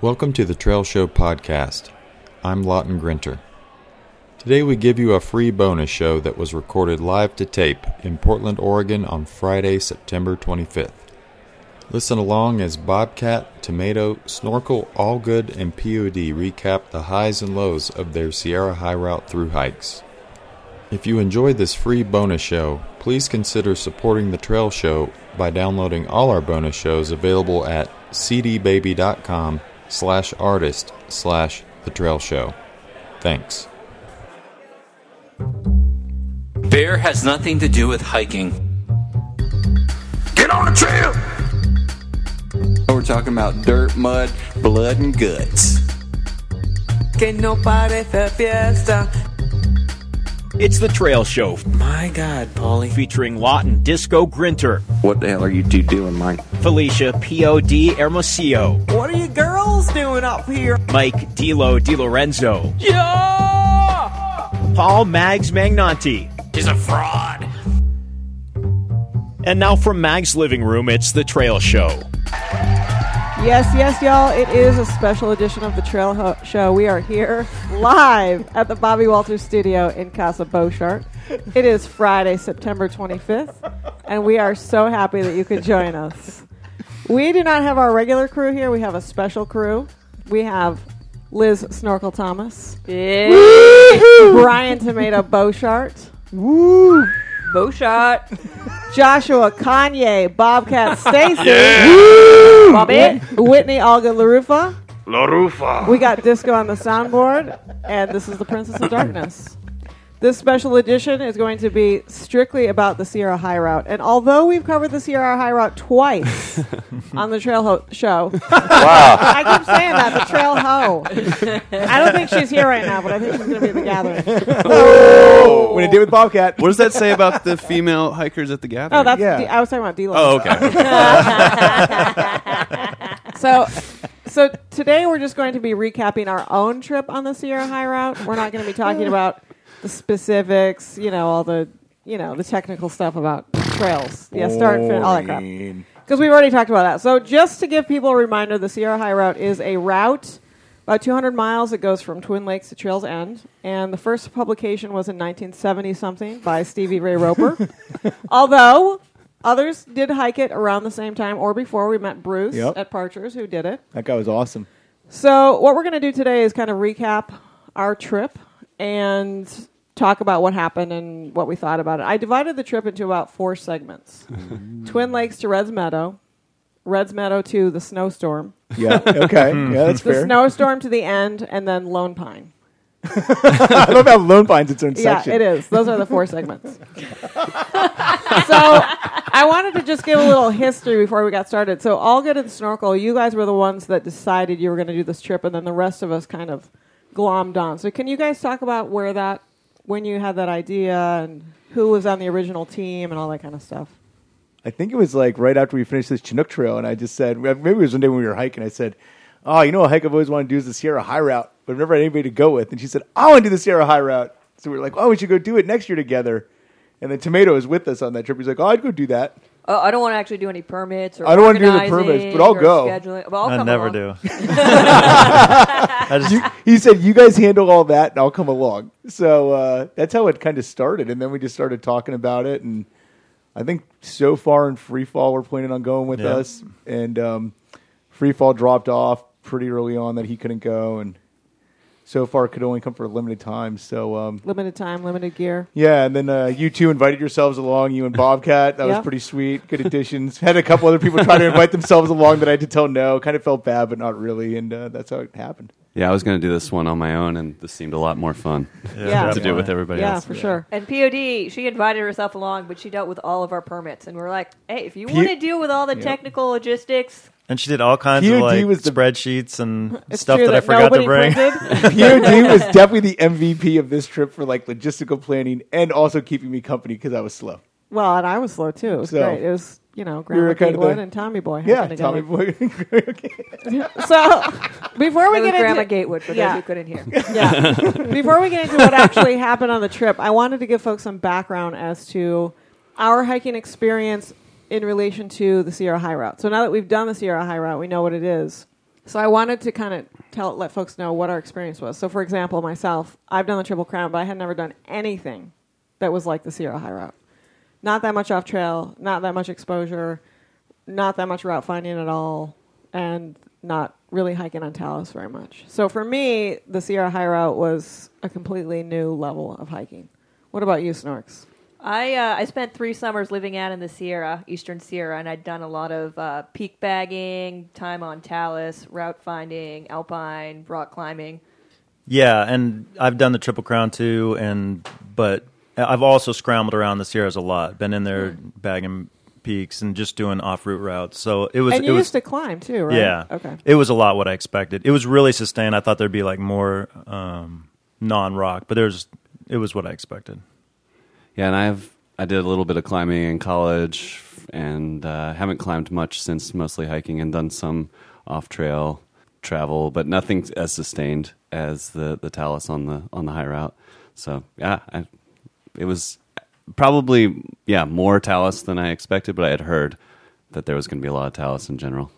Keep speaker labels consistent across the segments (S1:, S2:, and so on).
S1: Welcome to the Trail Show podcast. I'm Lawton Grinter. Today we give you a free bonus show that was recorded live to tape in Portland, Oregon on Friday, September 25th. Listen along as Bobcat, Tomato, Snorkel, All Good, and POD recap the highs and lows of their Sierra High Route through hikes. If you enjoyed this free bonus show, please consider supporting the Trail Show by downloading all our bonus shows available at cdbaby.com slash artist slash the trail show. Thanks.
S2: Bear has nothing to do with hiking.
S3: Get on the trail!
S4: We're talking about dirt, mud, blood, and guts.
S5: que no parece fiesta.
S6: It's the Trail Show. My God, Paulie. Featuring Lawton, Disco Grinter,
S4: What the hell are you two doing, Mike?
S6: Felicia, POD Hermosillo,
S5: What are you girls doing up here?
S6: Mike, Dilo Di Lorenzo,
S5: Yeah!
S6: Paul Mags Magnanti.
S2: He's a fraud.
S6: And now from Mag's living room, it's the Trail Show.
S7: Yes, yes, y'all. It is a special edition of the Trail Ho- Show. We are here live at the Bobby Walters studio in Casa Beauchart. It is Friday, September 25th, and we are so happy that you could join us. We do not have our regular crew here. We have a special crew. We have Liz Snorkel Thomas, Brian Tomato Beauchart,
S5: Bow shot.
S7: Joshua Kanye, Bobcat Stacy, Bobby, Whitney Olga LaRufa.
S3: LaRufa.
S7: We got disco on the soundboard, and this is the Princess of Darkness. This special edition is going to be strictly about the Sierra High Route. And although we've covered the Sierra High Route twice on the Trail Ho show, I keep saying that, the Trail Ho. I don't think she's here right now, but I think she's going to be at the gathering.
S8: When it did with Bobcat.
S4: Oh. What does that say about the female hikers at the gathering?
S7: Oh, that's
S8: Yeah.
S7: D- I was talking about D-Lo.
S4: Oh, okay.
S7: So, so today we're just going to be recapping our own trip on the Sierra High Route. We're not going to be talking about the specifics, you know, all the you know the technical stuff about trails, yeah, start, and fin- all that crap. Because we've already talked about that. So, just to give people a reminder, the Sierra High Route is a route about 200 miles. It goes from Twin Lakes to Trails End, and the first publication was in 1970 something by Stevie Ray Roper. Although others did hike it around the same time or before. We met Bruce
S8: Yep.
S7: at Parchers who did it.
S8: That guy was awesome.
S7: So, what we're going to do today is kind of recap our trip and talk about what happened and what we thought about it. I divided the trip into about four segments Twin Lakes to Red's Meadow, Red's Meadow to the snowstorm,
S8: Yeah. Okay. yeah, that's
S7: the
S8: fair.
S7: snowstorm to the end, and then Lone Pine.
S8: I love how Lone Pine's its own section.
S7: Yeah, it is. Those are the four segments. so I wanted to just give a little history before we got started. So All Good and Snorkel, you guys were the ones that decided you were going to do this trip, and then the rest of us kind of glommed on. So can you guys talk about where that, when you had that idea, and who was on the original team, and all that kind of stuff?
S8: I think it was like right after we finished this Chinook Trail, and I just said, maybe it was one day when we were hiking. I said, "Oh, you know a hike I've always wanted to do is the Sierra High Route, but I've never had anybody to go with." And she said, "I want to do the Sierra High Route." So we were like, "Oh, we should go do it next year together." And then Tomato is with us on that trip. He's like, "Oh, I'd go do that."
S9: Oh, I don't want to actually do any permits. Or
S8: I don't wanna do the
S9: organizing
S8: permits, but I'll
S9: or
S8: go.
S9: scheduling. But I'll come
S10: never
S9: along.
S10: do.
S8: He said, "You guys handle all that, and I'll come along." So uh, that's how it kind of started, and then we just started talking about it, and I think so far in free fall we're planning on going with
S10: Yeah.
S8: us, and um, free fall dropped off pretty early on that he couldn't go, and so far could only come for a limited time. So um,
S7: Limited time, limited gear.
S8: yeah, and then uh, you two invited yourselves along, you and Bobcat. That
S7: Yeah.
S8: was pretty sweet. Good additions. Had a couple other people try to invite themselves along that I had to tell no. Kind of felt bad, but not really, and uh, that's how it happened.
S4: yeah, I was going to do this one on my own, and this seemed a lot more fun to
S7: Yeah, yeah,
S4: do with everybody else.
S7: for sure.
S9: And POD, she invited herself along, but she dealt with all of our permits. And we're like, hey, if you
S8: P-
S9: want to deal with all the technical logistics,
S10: And she did all kinds
S8: POD
S10: of like
S8: was the-
S10: spreadsheets and
S7: It's
S10: stuff
S7: true
S10: that, I forgot to
S7: nobody
S10: bring.
S7: printed.
S8: POD was definitely the MVP of this trip for like logistical planning and also keeping me company because I was slow.
S7: well, and I was slow too. It was
S8: So-
S7: great. It was you know Grandma
S8: were kind of
S7: Gatewood
S8: the-
S7: and Tommy Boy.
S8: Yeah,
S7: hacking
S8: Tommy
S7: together.
S8: Boy.
S7: So before we
S9: it was
S7: get
S9: Grandma
S7: into
S9: Gatewood for
S7: Yeah.
S9: those who couldn't hear.
S7: yeah, before we get into what actually happened on the trip, I wanted to give folks some background as to our hiking experience in relation to the Sierra High Route. So now that we've done the Sierra High Route, we know what it is. So I wanted to kind of tell let folks know what our experience was. So for example, myself, I've done the Triple Crown, but I had never done anything that was like the Sierra High Route. Not that much off trail, not that much exposure, not that much route finding at all, and not really hiking on Talos very much. So for me, the Sierra High Route was a completely new level of hiking. What about you, Snorks?
S5: I uh, I spent three summers living out in the Sierra, Eastern Sierra, and I'd done a lot of uh, peak bagging, time on Talus, route finding, alpine, rock climbing.
S9: Yeah, and I've done the Triple Crown too, and but I've also scrambled around the Sierras a lot. Been in there bagging peaks and just doing off route routes. So it was.
S7: and
S9: it
S7: you
S9: was,
S7: used to climb too, right?
S9: Yeah.
S7: Okay.
S9: It was a lot what I expected. It was really sustained. I thought there'd be like more um, non rock, but there's it was what I expected.
S4: Yeah, and I've I did a little bit of climbing in college, and uh, haven't climbed much since. Mostly hiking and done some off trail travel, but nothing as sustained as the the Talus on the on the high route. So yeah, I, it was probably yeah more Talus than I expected, but I had heard that there was going to be a lot of Talus in general.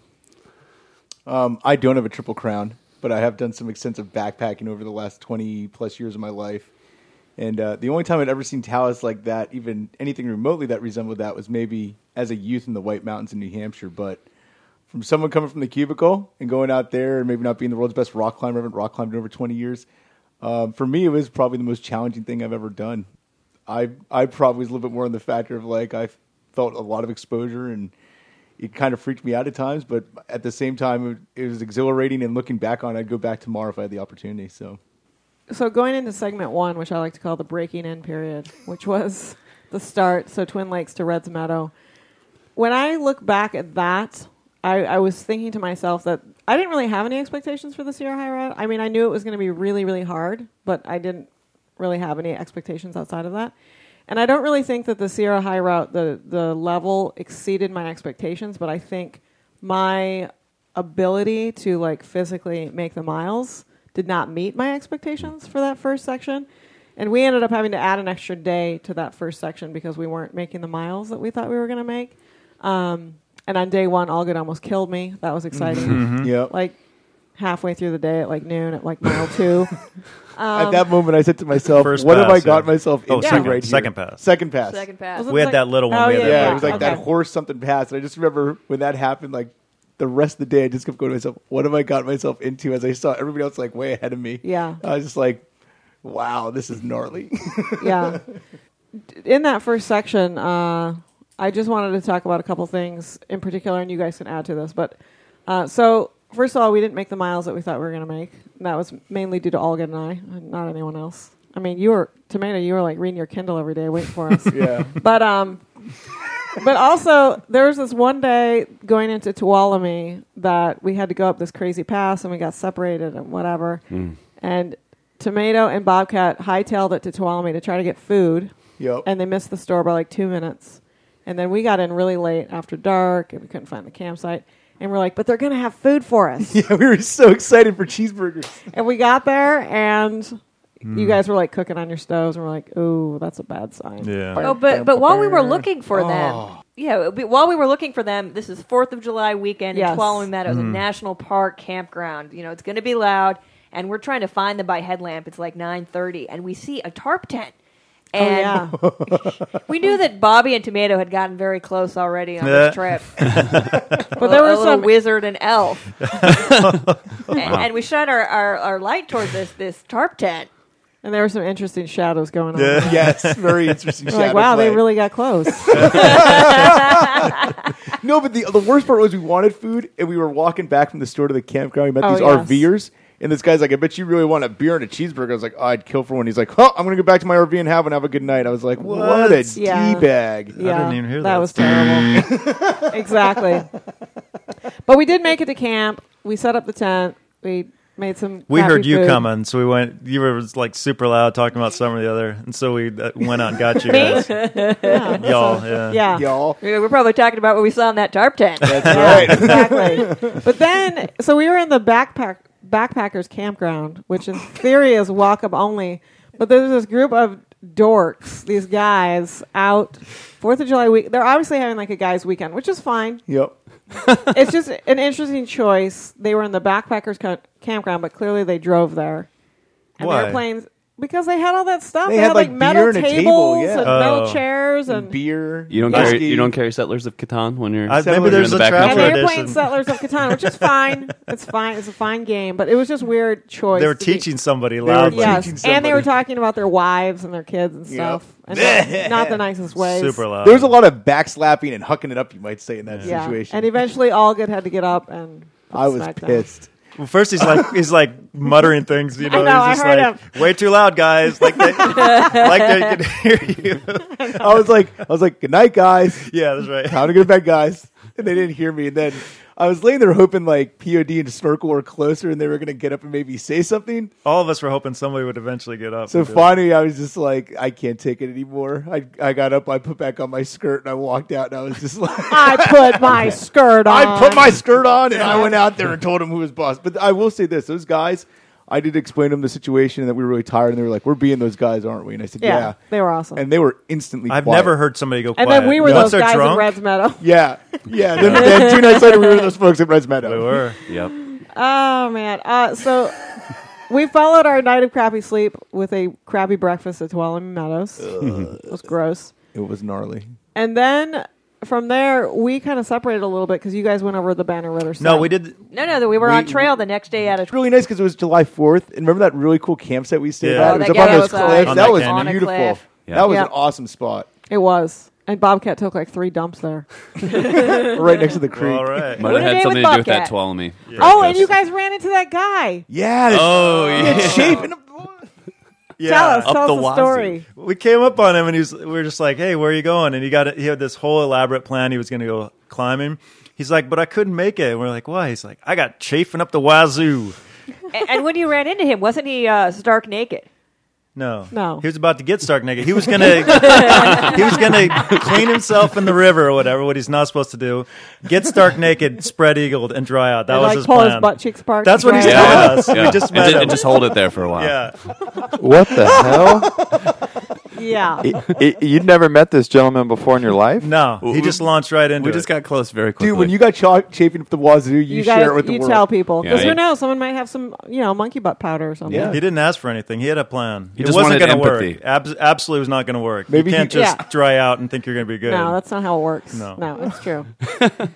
S8: Um, I don't have a triple crown, but I have done some extensive backpacking over the last twenty plus years of my life. And uh, the only time I'd ever seen Taos like that, even anything remotely that resembled that, was maybe as a youth in the White Mountains in New Hampshire. But from someone coming from the cubicle and going out there and maybe not being the world's best rock climber, I haven't rock climbed in over 20 years. Um, for me, it was probably the most challenging thing I've ever done. I I probably was a little bit more on the factor of like I felt a lot of exposure and it kind of freaked me out at times, but at the same time, it, it was exhilarating. And looking back on, it, I'd go back tomorrow if I had the opportunity. So
S7: So going into segment one, which I like to call the breaking in period, which was the start, so Twin Lakes to Reds Meadow. When I look back at that, I, I was thinking to myself that I didn't really have any expectations for the Sierra High Route. I mean, I knew it was going to be really, really hard, but I didn't really have any expectations outside of that. And I don't really think that the Sierra High Route, the, the level exceeded my expectations, but I think my ability to like physically make the miles did not meet my expectations for that first section. And we ended up having to add an extra day to that first section because we weren't making the miles that we thought we were going to make. Um, and on day one, All Good almost killed me. That was exciting.
S9: Mm-hmm.
S8: Mhm. Yep.
S7: Like halfway through the day at like noon at like mile two.
S8: at
S7: um,
S8: that moment, I said to myself,
S9: First
S8: "What have
S9: pass,
S8: I got
S9: yeah.
S8: myself
S9: Oh,
S8: into
S9: second-
S8: right here?"
S9: second pass.
S8: Second pass.
S5: Second pass.
S7: Was it
S9: We had
S7: like-
S9: that little one,
S7: Oh,
S9: we had
S7: yeah,
S9: that
S8: Yeah,
S7: yeah.
S8: it was like that
S7: Okay.
S8: horse something pass, and I just remember when that happened, like. The rest of the day, I just kept going to myself, what have I got myself into? As I saw everybody else like way ahead of me.
S7: Yeah.
S8: I was just like, wow, this is gnarly.
S7: yeah. D- In that first section, uh, I just wanted to talk about a couple things in particular, and you guys can add to this. But uh, so, first of all, we didn't make the miles that we thought we were going to make. And that was mainly due to Olga and I, and not anyone else. I mean, you were tomato. You were like reading your Kindle every day, waiting for us.
S8: yeah.
S7: But um, but also there was this one day going into Tuolumne that we had to go up this crazy pass and we got separated and whatever. And Tomato and Bobcat hightailed it to Tuolumne to try to get food,
S8: Yep.
S7: and they missed the store by like two minutes. And then we got in really late after dark, and we couldn't find the campsite. And we're like, but they're gonna have food for us.
S8: yeah, we were so excited for cheeseburgers.
S7: And we got there, and you guys were like cooking on your stoves, and we're like, "Ooh, that's a bad sign."
S9: Yeah.
S5: Oh, but but while we were looking for them, yeah, we- while we were looking for them, this is Fourth of July weekend
S7: Yes.
S5: in Tuolumne Meadows, a national park campground. You know, it's going to be loud, and we're trying to find them by headlamp. It's like nine thirty, and we see a tarp tent. And
S7: oh,
S5: we knew that Bobby and Tomato had gotten very close already on
S9: Yeah.
S5: this trip. but
S7: there
S5: there
S7: were
S5: was a little
S7: some-
S5: wizard and elf, and, and we shot our, our, our light toward this this tarp tent,
S7: yeah. And there were some interesting shadows going on.
S8: yes, very interesting.
S7: We're like,
S8: shadow
S7: wow, they
S8: play.
S7: really got close.
S8: No, but the the worst part was we wanted food and we were walking back from the store to the campground. We met
S7: Oh,
S8: these
S7: yes.
S8: RVers and this guy's like, "I bet you really want a beer and a cheeseburger." I was like, oh, "I'd kill for one." He's like, "Oh, I'm gonna go back to my RV and have and have a good night." I was like, "What, a d
S7: Yeah.
S8: bag!"
S7: yeah,
S9: didn't even hear that.
S7: was terrible. exactly. But we did make it to camp. We set up the tent. We made some.
S9: We
S7: happy
S9: heard you
S7: food.
S9: coming, so we went. You were like super loud talking about some or the other, and so we uh, went out and got you guys. Y'all, yeah.
S7: Yeah.
S8: Y'all,
S5: We We're probably talking about what we saw in that tarp tent.
S7: exactly. But then, so we were in the backpack backpackers campground, which in theory is walk up only. But there's this group of dorks, these guys out Fourth of July week. They're obviously having like a guys' weekend, which is fine.
S8: Yep.
S7: it's just an interesting choice. They were in the backpackers co- campground, but clearly they drove there. And they
S8: Why?
S7: were playing because they had all that stuff.
S8: They
S7: They,
S8: had,
S7: had,
S8: like,
S7: like, metal
S8: beer and a
S7: tables
S8: table, yeah.
S7: and metal
S4: Oh.
S7: chairs and,
S8: beer.
S4: You don't carry you don't carry settlers of Catan when you're.
S9: I- Uh, maybe
S4: when you're
S9: there's
S4: in
S9: a
S4: the
S9: travel
S4: background.
S7: And they were playing Settlers of Catan, which is fine. It's fine. It's a fine game, but it was just weird choice.
S9: They were
S7: to be-
S9: teaching somebody
S7: They were-
S9: loudly.
S7: Yes, and they were talking about their wives and their kids and stuff. And not, not the nicest ways.
S8: There was a lot of backslapping and hucking it up, you might say, in that
S7: Yeah.
S8: situation.
S7: And eventually, Allgood had to get up and.
S8: I was
S7: smacked down.
S8: pissed.
S9: Well, first he's like he's like muttering things, you
S7: I
S9: know.
S7: know,
S9: he's just
S7: I heard
S9: like way too loud, guys. Like they, like they could hear you.
S8: I was like, I was like, good night, guys.
S9: Yeah, that's right.
S8: Time to go to bed, guys. And they didn't hear me. And then I was laying there hoping like POD and Snorkel were closer and they were going to get up and maybe say something.
S9: All of us were hoping somebody would eventually get up.
S8: So
S9: and do it.
S8: finally, I was just like, I can't take it anymore. I, I got up, I put back on my skirt, and I walked out. And I was just like,
S7: I put my skirt on.
S8: I put my skirt on, and I went out there and told him who was boss. But I will say this: those guys, I did explain to them the situation and that we were really tired, and they were like, "We're being those guys, aren't we?" And I said, "Yeah,
S7: Yeah, they were awesome.
S8: and they were instantly.
S9: I've
S8: quiet.
S9: never heard somebody go.
S7: And
S9: quiet.
S7: then we were
S9: Once
S7: those
S9: they're
S7: guys in
S9: drunk,
S7: Red's Meadow.
S8: Yeah, yeah. then, then two nights later, we were those folks at Red's Meadow.
S9: We were.
S4: Yep.
S7: Oh man! Uh, so we followed our night of crappy sleep with a crappy breakfast at Tuolumne Meadows. it was gross.
S8: It was gnarly.
S7: And then from there, we kind of separated a little bit because you guys went over the Banner Ritter.
S9: No,
S7: side.
S9: we did.
S5: No, no, that we were
S8: We-
S5: on trail the next day at a
S8: It's really nice because it was July Fourth, and remember that really cool campsite we stayed at?
S9: Yeah. Oh,
S8: it was
S5: that-
S8: up
S5: yeah, that
S8: on those
S5: was, uh,
S8: cliffs.
S5: On
S8: That
S9: that
S8: was
S9: canyon.
S5: On a
S8: beautiful.
S5: cliff.
S4: Yeah.
S8: That was
S7: Yeah.
S8: an awesome spot,
S7: It was, and Bobcat took like three dumps there.
S8: right next to the creek.
S9: All right.
S4: Might have
S7: What
S4: had
S7: a
S4: something
S7: day
S4: to do
S7: with
S4: with that
S7: Bobcat.
S4: Tuolumne.
S7: Oh, and you guys ran into that guy.
S8: Yeah.
S4: Oh yeah.
S8: Shaving up
S9: Yeah.
S7: Tell us,
S4: up
S7: tell
S4: the
S7: us
S4: wazoo.
S7: a story.
S9: we came up on him and he was, we were just like, hey, where are you going? And he got he had this whole elaborate plan. He was going to go climbing. He's like, but I couldn't make it. And we're like, why? He's like, I got chafing up the wazoo.
S5: and, and when you ran into him, wasn't he uh, stark naked?
S9: No,
S7: No.
S9: He was about to get stark naked. He was gonna he was gonna clean himself in the river or whatever. What he's not supposed to do, get stark naked, spread eagled, and dry out. That
S7: And,
S9: was
S7: like,
S9: his
S7: pull
S9: plan.
S7: his butt cheeks apart.
S9: That's what
S7: Right.
S9: he's
S4: Yeah.
S9: telling us.
S4: Yeah.
S9: We just
S4: And
S9: met
S4: ju-
S9: him.
S4: and just hold it there for a while.
S9: yeah,
S11: What the hell?
S7: Yeah.
S11: I- I- you'd never met this gentleman before in your life?
S9: no, he
S4: We-
S9: just launched right into
S4: We
S9: it.
S4: just got close very quickly.
S8: Dude, when you got cha- chafing up the wazoo, you,
S7: You,
S8: share
S7: guys,
S8: it with the
S7: you
S8: world.
S7: tell people because
S4: Yeah,
S7: who
S4: he-
S7: knows? Someone might have some, you know, monkey butt powder or something.
S8: Yeah.
S9: He didn't ask for anything. He had a plan.
S4: just
S9: it wasn't
S4: wanted
S9: gonna
S4: empathy.
S9: work. Abs- absolutely was not going to work.
S8: Maybe
S9: you can't
S8: he-
S9: just
S7: Yeah.
S9: dry out and think you're going to be good.
S7: No, that's not how it works.
S9: No.
S7: No, it's true.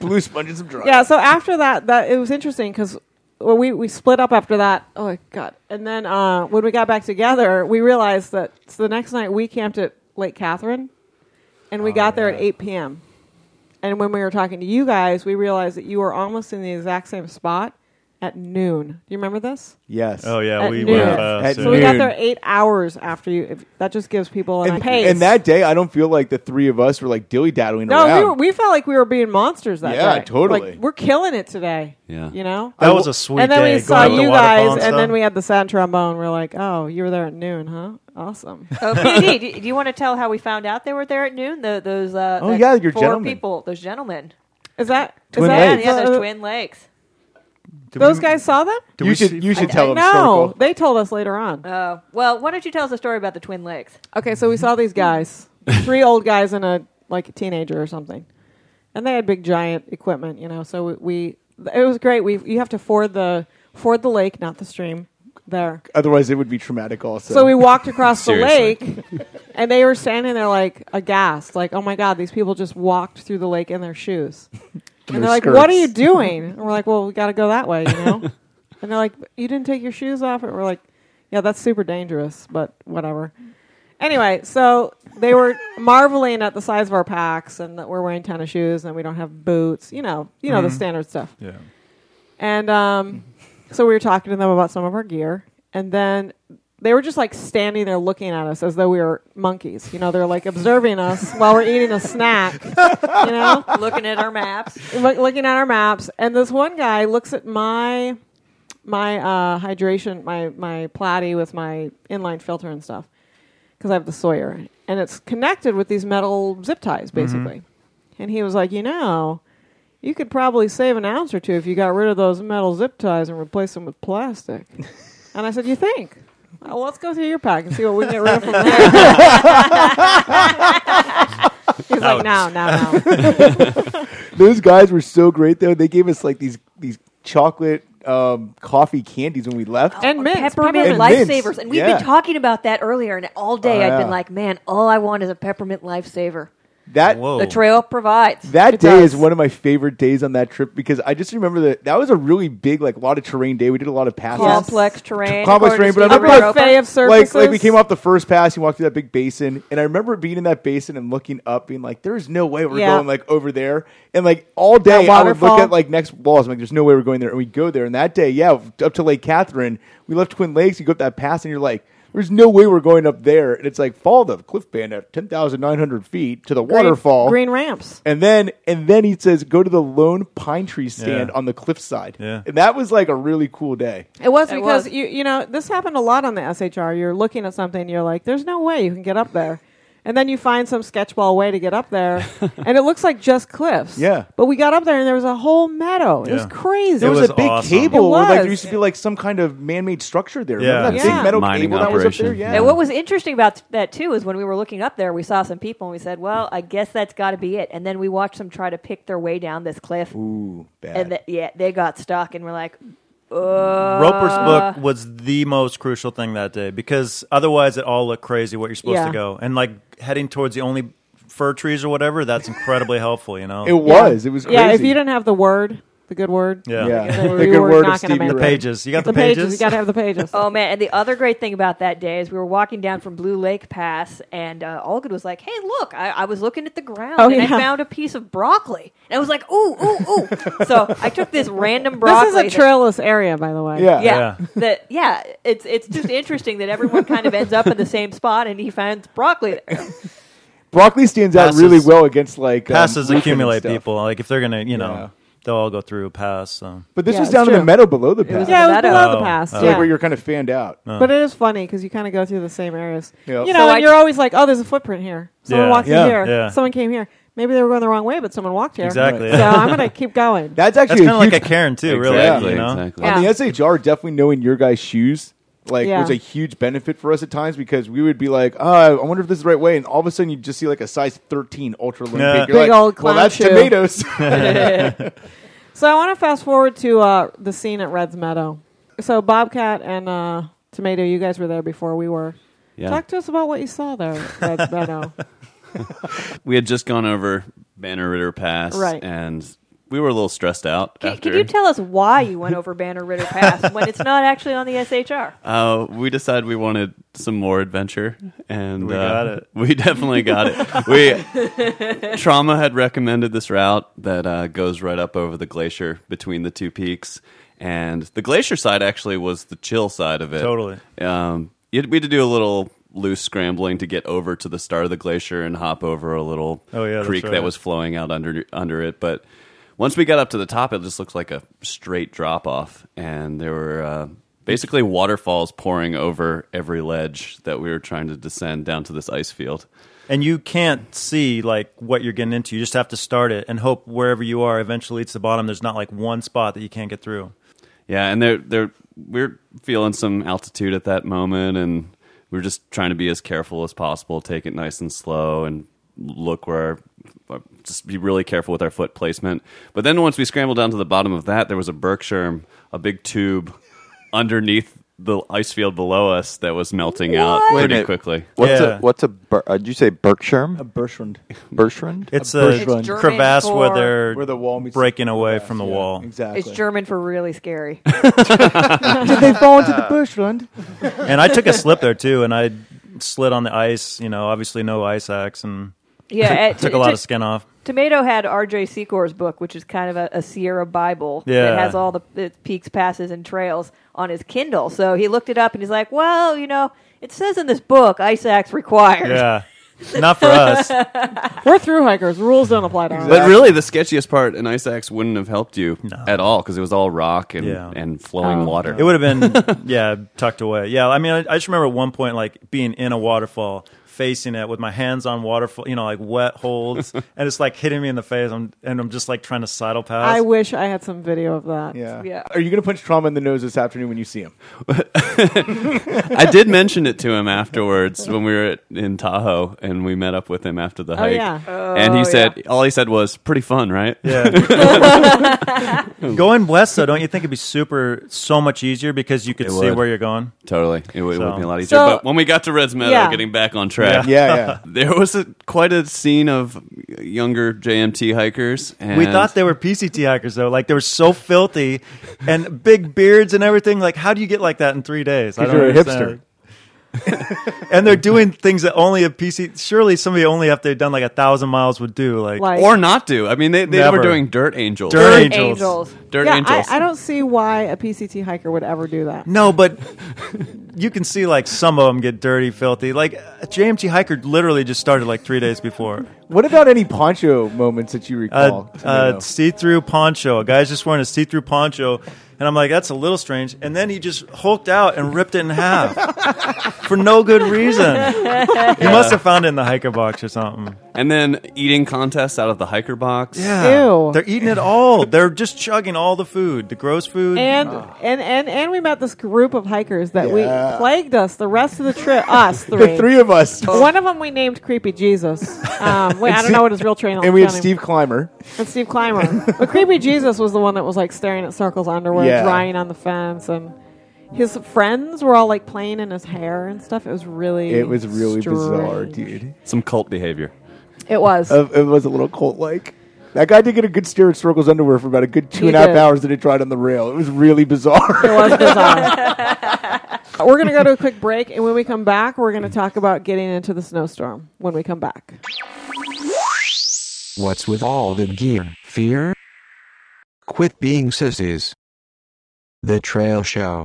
S8: blue sponges some drugs.
S7: yeah. So after that, that it was interesting because we we split up after that. Oh my god! And then uh, when we got back together, we realized that so the next night we camped at Lake Catherine, and
S8: Oh
S7: we got there at eight p.m. And when we were talking to you guys, we realized that you were almost in the exact same spot at noon. Do you remember this?
S8: Yes.
S9: oh yeah,
S7: At
S9: we
S7: noon.
S9: went
S7: At
S9: fast.
S7: So we got
S8: Noon.
S7: there eight hours after you. If, that just gives people an
S8: And,
S7: pace.
S8: and that day, I don't feel like the three of us were like dilly daddling
S7: no,
S8: around.
S7: we, were, we felt like we were being monsters that
S8: Yeah,
S7: day.
S8: totally.
S7: Like, we're killing it today.
S4: Yeah.
S7: you know.
S9: That was a sweet
S7: and then
S9: day.
S7: we
S9: going
S7: saw
S9: up the
S7: you
S9: waterfall
S7: guys, and
S9: stuff.
S7: then we had the sad trombone. We're like, oh, you were there at noon, huh? Awesome.
S5: Oh, PD, do, do you want to tell how we found out they were there at noon? The, those uh,
S8: Oh,
S5: that
S8: yeah, your
S5: four
S8: gentlemen.
S5: people, those gentlemen.
S7: Is that is
S8: Twin
S7: that
S5: Yeah,
S8: Lakes.
S5: yeah, those
S7: uh,
S5: twin lakes.
S9: Did
S7: Those
S9: we-
S7: guys saw them.
S9: did
S8: you
S9: we
S8: should
S9: see-
S8: you should tell them.
S7: no,
S8: Snorkel.
S7: they told us later on.
S5: Uh, well, why don't you tell us a story about the twin lakes?
S7: Okay, so we saw these guys, three old guys and a like a teenager or something, and they had big giant equipment, you know. So we, we it was great. We you have to ford the ford the lake, not the stream. There,
S8: Otherwise, it would be traumatic. Also,
S7: so we walked across the
S4: Seriously.
S7: lake, and they were standing there like aghast, like, "Oh my god, these people just walked through the lake in their shoes." and they're like,
S8: skirts.
S7: "What are you doing?" And we're like, "Well, we got to go that way, you know." and they're like, "You didn't take your shoes off," and we're like, "Yeah, that's super dangerous, but whatever." Anyway, so they were marveling at the size of our packs and that we're wearing tennis shoes and we don't have boots, you know, you know the standard stuff.
S9: Yeah.
S7: And um, so we were talking to them about some of our gear, and then they were just like standing there looking at us as though we were monkeys. You know, they're like observing us while we're eating a snack. You know,
S5: Looking at our maps.
S7: Look looking at our maps. And this one guy looks at my my uh, hydration, my my platy with my inline filter and stuff, because I have the Sawyer, and it's connected with these metal zip ties basically. And he was like, you know. You could probably save an ounce or two if you got rid of those metal zip ties and replaced them with plastic. and I said, You think? Well, let's go through your pack and see what we can get rid of from there. He's like, no, no, no.
S8: Those guys were so great though. They gave us like these these chocolate um, coffee candies when we left.
S9: Oh.
S7: and mints,
S5: Oh, peppermint,
S8: peppermint. And
S5: lifesavers,
S8: mints,
S5: and we've
S8: yeah.
S5: been talking about that earlier. And all day,
S8: Oh,
S5: I've
S8: yeah.
S5: been like, man, all I want is a peppermint lifesaver.
S8: That
S5: The trail provides.
S8: That
S5: It
S8: day
S5: does.
S8: is one of my favorite days on that trip because I just remember that that was a really big, like, lot of terrain day. We did a lot of passes,
S5: Complex terrain,
S8: complex terrain,
S5: according
S8: but
S5: to Steve
S8: I remember
S5: Roper. Buffet of
S8: Like, like we
S5: surfaces.
S8: came off the first pass, you walked through that big basin, and I remember being in that basin and looking up, being like, "There's no way we're
S1: Yeah.
S8: going like over there." And like all day,
S1: That
S8: I would look
S1: waterfall.
S8: at like next walls. I'm like, "There's no way we're going there," and we go there. And that day, yeah, up to Lake Catherine, we left Twin Lakes. You go up that pass, and you're like. There's no way we're going up there, and it's like follow the cliff band at ten thousand nine hundred feet to the waterfall.
S7: Green ramps.
S8: And then and then he says, go to the lone pine tree stand
S9: Yeah.
S8: on the cliffside.
S9: Yeah.
S8: And that was like a really cool day.
S7: It was
S5: It
S7: because
S5: was.
S7: you you know this happened a lot on the SHR. You're looking at something, you're like, "There's no way you can get up there," and then you find some sketchball way to get up there, and it looks like just cliffs.
S8: Yeah.
S7: But we got up there and there was a whole meadow. It was
S8: Yeah.
S7: crazy.
S8: There was, a big
S7: It
S8: cable where like
S7: was.
S8: there used to be like some kind of man made structure there.
S9: Yeah.
S8: Remember that
S9: Yeah.
S8: big metal
S4: Mining
S8: cable that was up there?
S4: operation.
S8: Yeah.
S5: And what was interesting about that too is when we were looking up there, we saw some people and we said, "Well, I guess that's got to be it." And then we watched them try to pick their way down this cliff.
S8: Ooh, bad.
S5: And th- yeah, they got stuck, and we're like, uh,
S9: Roper's book was the most crucial thing that day because otherwise it all looked crazy where you're supposed
S5: Yeah.
S9: to go. And like heading towards the only fir trees or whatever, that's incredibly helpful, you know?
S8: It was. It was
S7: Yeah, if
S8: crazy.
S7: you didn't have the word, the good word,
S9: Yeah. Yeah.
S7: then
S9: The
S7: you
S9: good
S7: were
S9: word of
S7: not gonna
S9: Stevie
S7: make
S9: Ray.
S7: it.
S9: The pages. You got the pages?
S7: You got to have the pages.
S5: Oh man! And the other great thing about that day is we were walking down from Blue Lake Pass, and uh, Allgood was like, "Hey, look! I, I was looking at the ground,
S7: Oh,
S5: and I
S7: yeah.
S5: found a piece of broccoli." And I was like, "Ooh, ooh, ooh!" so I took this random broccoli.
S7: This is a
S5: that-
S7: trailless area, by the way.
S5: Yeah, yeah. That yeah, it's it's just interesting that everyone kind of ends up in the same spot, and he finds broccoli there.
S8: Broccoli stands out
S9: Passes-
S8: really well against like um,
S9: Passes
S8: roofing and
S9: accumulate
S8: stuff.
S9: people. Like if they're going to, you know, they'll all go through a pass. So.
S8: But this was down in the meadow below the
S7: It was
S8: pass.
S7: Yeah, it was below the pass.
S8: So,
S7: yeah.
S8: like where you're kind of fanned out.
S7: But it is funny because you kind of go through the same areas.
S8: Yep.
S7: You know,
S8: So
S7: and
S8: I-
S7: you're always like, oh, there's a footprint here. Someone
S8: Yeah.
S7: walked in
S8: Yeah.
S7: here.
S8: Yeah.
S7: Someone came here. Maybe they were going the wrong way, but someone walked here.
S9: Exactly.
S7: So I'm going to keep going.
S8: That's actually
S9: That's kinda like
S8: huge-
S9: a Karen, too, really, Exactly, you know? exactly.
S8: On
S7: Yeah.
S8: the SHR, definitely knowing your guys' shoes like
S7: Yeah.
S8: was a huge benefit for us at times because we would be like, oh, I wonder if this is the right way, and all of a sudden you just see like a size thirteen ultra limp.
S9: Yeah.
S8: You're
S9: Big
S8: like,
S9: old
S8: well,
S9: clown
S8: that's
S9: shoe."
S8: tomatoes.
S7: So I want to fast forward to uh, the scene at Red's Meadow. So Bobcat and uh, Tomato, you guys were there before we were.
S4: Yeah.
S7: Talk to us about what you saw there, at Red's Meadow.
S4: we had just gone over Banner Ritter Pass,
S5: Right.
S4: And we were a little stressed out.
S5: Can,
S4: after.
S5: can you tell us why you went over Banner Ritter Pass when it's not actually on the SHR?
S4: Uh, we decided we wanted some more adventure, and
S9: We
S4: uh,
S9: got it.
S4: We definitely got it. We trauma had recommended this route that uh, goes right up over the glacier between the two peaks, and the glacier side actually was the chill side of it.
S9: Totally.
S4: Um, you had- we had to do a little loose scrambling to get over to the start of the glacier and hop over a little
S9: Oh, yeah, that's
S4: creek
S9: right.
S4: that was flowing out under under it, but. Once we got up to the top, it just looked like a straight drop off, and there were uh, basically waterfalls pouring over every ledge that we were trying to descend down to this ice field.
S9: And you can't see like what you're getting into. You just have to start it and hope wherever you are eventually it's the bottom. There's not like one spot that you can't get through.
S4: Yeah, and they're, they're, we're feeling some altitude at that moment, and we're just trying to be as careful as possible, take it nice and slow, and look where our, just be really careful with our foot placement. But then once we scrambled down to the bottom of that, there was a Berkshire, a big tube underneath the ice field below us that was melting out
S1: Wait a
S4: pretty
S1: minute.
S4: quickly.
S1: What's a what's a? Ber- uh, did you say Berkshirm? A
S8: Bertrand.
S1: Bertrand.
S9: It's a, crevasse where
S5: for-
S9: they're
S5: Where the wall meets
S9: breaking away from the wall.
S8: Exactly.
S5: It's German for really scary.
S8: Did they fall into the bushland?
S9: and I took a slip there too, and I slid on the ice. You know, obviously no ice axe, and
S5: Yeah,
S9: took, took a lot of skin off.
S5: Tomato had R.J. Secor's book, which is kind of a, a Sierra Bible
S9: Yeah.
S5: that has all the, the peaks, passes, and trails on his Kindle. So he looked it up and he's like, "Well, you know, it says in this book, ice axe required."
S9: Yeah, not for us.
S7: we're through hikers. Rules don't apply to us.
S4: But really, the sketchiest part, an ice axe wouldn't have helped you at all because it was all rock and, and flowing water.
S9: It would have been yeah tucked away. Yeah, I mean, I, I just remember at one point like being in a waterfall, facing it with my hands on waterfall, you know, like wet holds, and it's like hitting me in the face. I'm, and I'm just like trying to sidle past.
S7: I wish I had some video of that.
S8: Yeah.
S7: Yeah.
S8: Are you going to punch trauma in the nose this afternoon when you see him?
S4: I did mention it to him afterwards when we were at, in Tahoe and we met up with him after the
S7: Oh,
S4: hike.
S7: yeah.
S4: and
S7: Oh,
S4: he said, all he said was, pretty fun, right?
S9: Yeah. going west, though, don't you think it'd be super so much easier because you could
S4: It
S9: see
S4: would.
S9: where you're going?
S4: Totally. It, would- it
S9: So-
S4: would be a lot easier.
S9: So-
S4: but when we got to Reds Meadow,
S9: Yeah.
S4: getting back on track,
S9: Yeah. Yeah, yeah.
S4: there was a, quite a scene of younger JMT hikers. And
S9: we thought they were PCT hikers though, like they were so filthy and big beards and everything. Like, how do you get like that in three days? I
S8: 'Cause
S9: don't
S8: you're a
S9: understand. and they're doing things that only a PC. Surely somebody only after they've done like a thousand miles would do. Like,
S7: Like-
S4: or not do. I mean, they, they
S9: Never.
S4: were doing dirt angels.
S9: Dirt Dirt angels.
S7: Angels.
S4: Dirt
S7: yeah,
S4: angels.
S7: I, I don't see why a PCT hiker would ever do that.
S9: No, but you can see like some of them get dirty, filthy. Like a JMT hiker literally just started like three days before.
S8: What about any poncho moments that
S9: Uh,
S8: you recall?
S9: A, a see-through poncho. A guy's just wearing a see-through poncho, and I'm like, that's a little strange. And then he just hulked out and ripped it in half for no good reason. He must have found it in the hiker box or something.
S4: And then eating contests out of the hiker box.
S9: Yeah, they're eating it all. They're just chugging all the food, the gross food,
S7: And,
S8: Oh.
S7: and and and we met this group of hikers that
S9: Yeah.
S7: we plagued us the rest of the trip. Us
S8: The
S7: three,
S8: three of us.
S7: One of them we named Creepy Jesus. Um, wait, I don't know what his real train.
S8: And we had
S7: name-
S8: Steve Clymer.
S7: and Steve Clymer. but Creepy Jesus was the one that was like staring at circles underwear,
S8: Yeah.
S7: drying on the fence, and his friends were all like playing in his hair and stuff. It was really,
S8: It was really
S7: strange.
S8: bizarre, dude.
S4: Some cult behavior.
S7: It was.
S8: Uh, it was a little cult like. That guy did get a good stare at Circle's underwear for about a good two
S7: He
S8: and a half
S7: did.
S8: hours that it dried on the rail. It was really bizarre.
S7: It was bizarre. we're gonna go to a quick break, and when we come back, we're gonna talk about getting into the snowstorm. When we come back,
S12: What's with all the gear, fear? Quit being sissies. The Trail Show.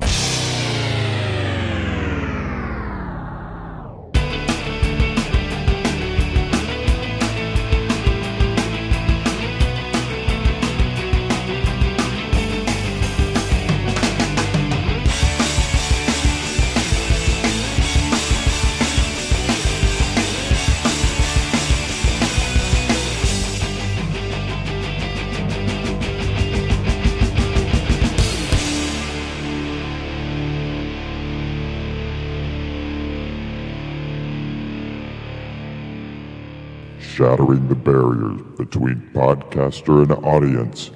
S13: shattering the barriers between podcaster and audience.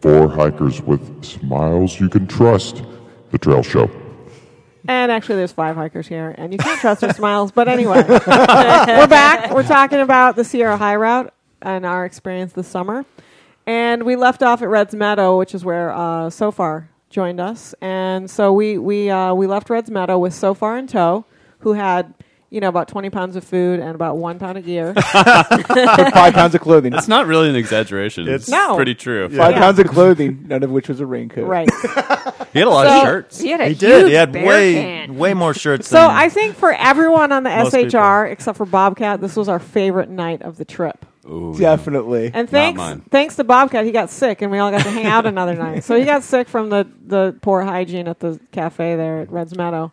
S13: Four hikers with smiles you can trust. The Trail Show.
S7: and actually, there's five hikers here, and you can't trust their smiles. But anyway, we're back. We're talking about the Sierra High Route and our experience this summer, and we left off at Reds Meadow, which is where uh, Sofar joined us, and so we we uh, we left Reds Meadow with Sofar in tow, who had. You know, about 20 pounds of food and about one pound of gear.
S8: five pounds of clothing.
S4: That's not really an exaggeration.
S8: It's-
S4: It's,
S7: No.
S4: pretty true.
S8: Five pounds of clothing, none of which was a raincoat.
S7: Right.
S4: He had a lot
S7: So-
S4: of shirts.
S7: He had a
S9: He did. He
S7: huge
S9: had
S7: bear
S9: way
S7: can.
S9: way more shirts.
S7: So
S9: than,
S7: I think for everyone on the
S9: Most
S7: SHR except for Bobcat, this was our favorite night of the trip.
S9: Oh,
S8: Definitely.
S7: And thanks,
S8: mine.
S7: thanks to Bobcat, he got sick, and we all got to hang out another night. So he got sick from the the poor hygiene at the cafe there at Reds Meadow.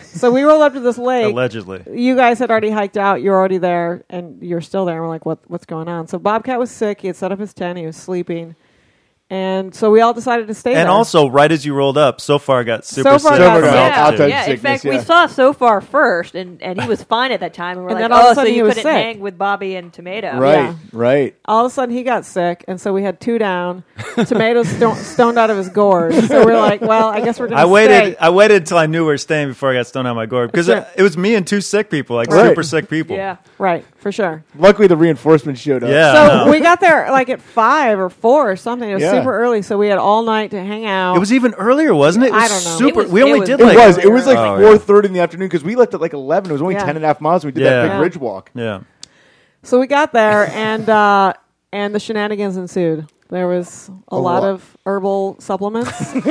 S7: So we rolled up to this lake.
S9: Allegedly.
S7: you guys had already hiked out. You're already there, and you're still there. And we're like, what what's going on? So Bobcat was sick. He had set up his tent. He was sleeping, and so we all decided to stay.
S9: and
S7: there.
S9: also right as you rolled up, so far got super
S7: So far
S9: sick.
S7: got So far
S5: Yeah, yeah, in fact, we saw so far first, and, and he was fine at that time, and we're
S7: And
S5: like,
S7: then all of
S5: oh,
S7: a
S5: so
S7: sudden he
S5: you
S7: was
S5: couldn't
S7: sick.
S5: hang with Bobby and Tomato,
S8: Right, right.
S7: all of a sudden he got sick, and so we had two down. Tomatoes sto- stoned out of his gourd. So we're like, well, I guess we're going
S9: I
S7: to
S9: waited.
S7: stay.
S9: I waited until I knew we were staying before I got stoned out of my gourd because
S7: Sure.
S9: it was me and two sick people, like
S7: Right.
S9: super sick people.
S7: right, for sure.
S8: Luckily, the reinforcement showed up.
S9: Yeah,
S7: So we got there like at five or four or something. It was
S8: Yeah.
S7: super early, so we had all night to hang out.
S9: It was even earlier, wasn't it? It was
S7: I don't know.
S9: Super.
S7: It was-
S9: we only did
S8: it
S9: like
S8: was. It was like
S9: Oh,
S8: four thirty
S9: yeah.
S8: in the afternoon because we left at like 11. It was only
S7: Yeah.
S8: ten and a half 10 and a half miles. We did
S9: Yeah.
S8: that big
S9: Yeah.
S8: ridge walk.
S9: Yeah.
S7: So we got there, and uh, and the shenanigans ensued. There was a,
S5: A
S7: lot
S5: lo-
S7: of herbal supplements. and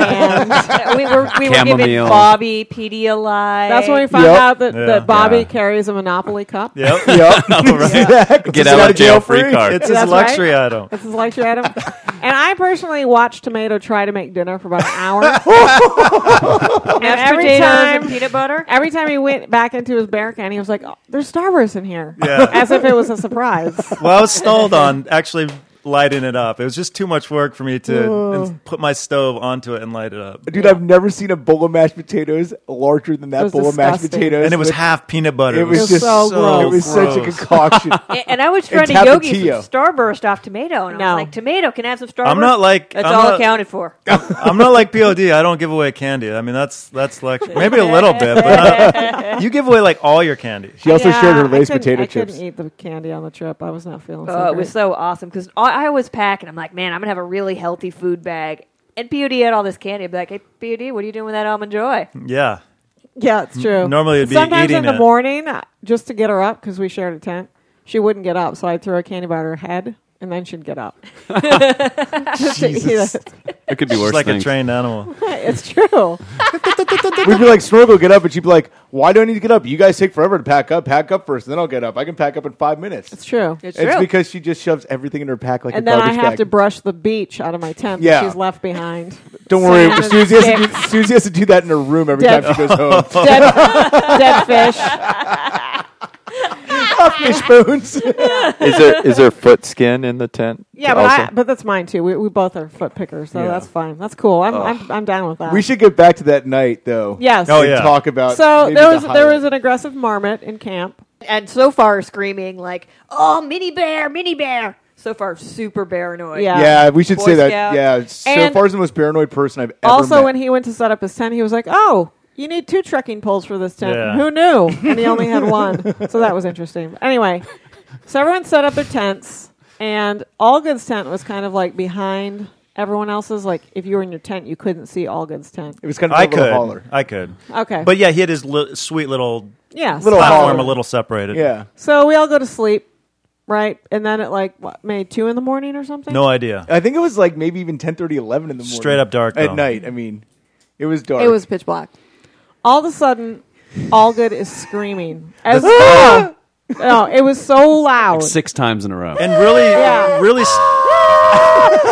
S5: we were, we were giving
S7: Chamomile.
S5: Bobby Pedialyte.
S7: That's when we found out that, that Bobby carries a Monopoly cup.
S9: Yep. Yep. All right. Exactly. Get out of jail free card. It's his
S7: That's
S9: luxury item.
S7: It's his luxury item. and I personally watched Tomato try to make dinner for about an hour. and
S5: Mashed potatoes and peanut butter.
S7: Every time he went back into his bear can, he was like, oh, "There's Starburst in here,"
S9: Yeah.
S7: as if it was a surprise.
S9: well, I was stalled on actually lighting it up. It was just too much work for me to
S8: Whoa.
S9: and put my stove onto it and light it up.
S8: Dude, I've never seen a bowl of mashed potatoes larger than
S9: It
S8: that
S9: was
S8: bowl of mashed
S9: disgusting.
S8: potatoes.
S9: And it was
S8: with-
S9: half peanut butter.
S8: It was, just so It was such a
S9: gross.
S8: concoction.
S5: And, and I was
S8: And
S5: trying to yogi some
S8: tapatio.
S5: Starburst off tomato, and I
S7: No.
S5: was like, "Tomato can I have some Starburst."
S9: I'm not like-
S5: that's
S9: I'm
S5: all
S9: not-
S5: accounted for.
S9: I'm not like POD. I don't give away candy. I mean, that's that's luxury. Maybe a little bit, but not- you give away like all your candy.
S8: She also
S7: Yeah,
S8: shared her
S7: I
S8: Lay's
S7: couldn't-
S8: potato
S7: I
S8: chips.
S7: couldn't eat the candy on the trip. I was not feeling. so
S5: Oh, it
S7: great.
S5: was so awesome because I, I was packing. I'm like, man, I'm gonna have a really healthy food bag. And POD had all this candy. I'd be like, hey, POD, what are you doing with that almond joy?
S9: Yeah.
S7: Yeah, it's
S9: N-
S7: true.
S9: normally it'd be
S7: sometimes
S9: eating
S7: in the
S9: it.
S7: morning, uh, just to get her up because we shared a tent. She wouldn't get up, so I'd throw a candy bar at her head, and then she'd get up. Just to eat
S9: Jesus.
S7: it.
S4: It could be
S9: She's
S4: worse
S9: like
S4: things.
S9: a trained animal.
S7: it's true.
S8: We'd be like, Snorkel, get up. And she'd be like, why do I need to get up? You guys take forever to pack up. Pack up first, and then I'll get up. I can pack up in five minutes. It's
S7: true. It's true.
S8: because she just shoves everything in her pack like
S7: and
S8: a
S7: then I
S8: garbage
S7: have
S8: bag.
S7: to brush the beach out of my tent.
S8: Yeah.
S7: that she's left behind.
S8: Don't
S7: So
S8: worry.
S7: I'm just
S8: Susie has, to
S7: dead-
S8: do, Susie has to do that in her room every
S7: Dead-
S8: time she goes home.
S7: dead, dead fish.
S8: fish bones.
S1: is there is there foot skin in the tent?
S7: Yeah, but
S1: also?
S7: I, but that's mine too. We, we both are foot pickers, so
S8: Yeah.
S7: that's fine. That's cool. I'm,
S8: Ugh.
S7: I'm I'm down with that.
S8: we should get back to that night, though.
S7: Yes.
S9: Oh,
S8: And Talk about
S7: So
S8: maybe
S7: there
S8: the
S7: was there
S8: highlight.
S7: was an aggressive marmot in camp.
S5: And so far, screaming like, "Oh, mini bear, mini bear!" So far, super paranoid.
S7: Yeah.
S8: Yeah, we should
S5: Boy
S8: say that.
S5: Scout.
S8: Yeah, so
S7: And-
S8: far as the most paranoid person I've ever
S7: Also,
S8: met.
S7: when he went to set up his tent, he was like, "Oh, you need two trekking poles for this tent.
S8: Yeah.
S7: Who knew?" And he only had one, so that was interesting. But anyway, so everyone set up their tents, and Allgood's tent was kind of like behind everyone else's. Like if you were in your tent, you couldn't see Allgood's tent.
S8: It was kind
S9: I could. I could.
S7: Okay.
S9: But yeah, he had his li- sweet little
S7: Yeah, Little
S9: little platform
S7: holler.
S9: a little separated.
S7: So we all go to sleep, right? And then at like what, maybe two in the morning or something.
S9: No idea.
S8: I think it was like maybe even 10, 11 in the morning.
S9: Straight up dark,
S8: At
S9: though.
S8: night, I mean. It was dark.
S7: It was pitch black. All of a sudden, Allgood is screaming. As
S4: The-
S7: no, it was so loud.
S4: Six times in a row.
S9: And really,
S7: Yeah.
S9: really. s-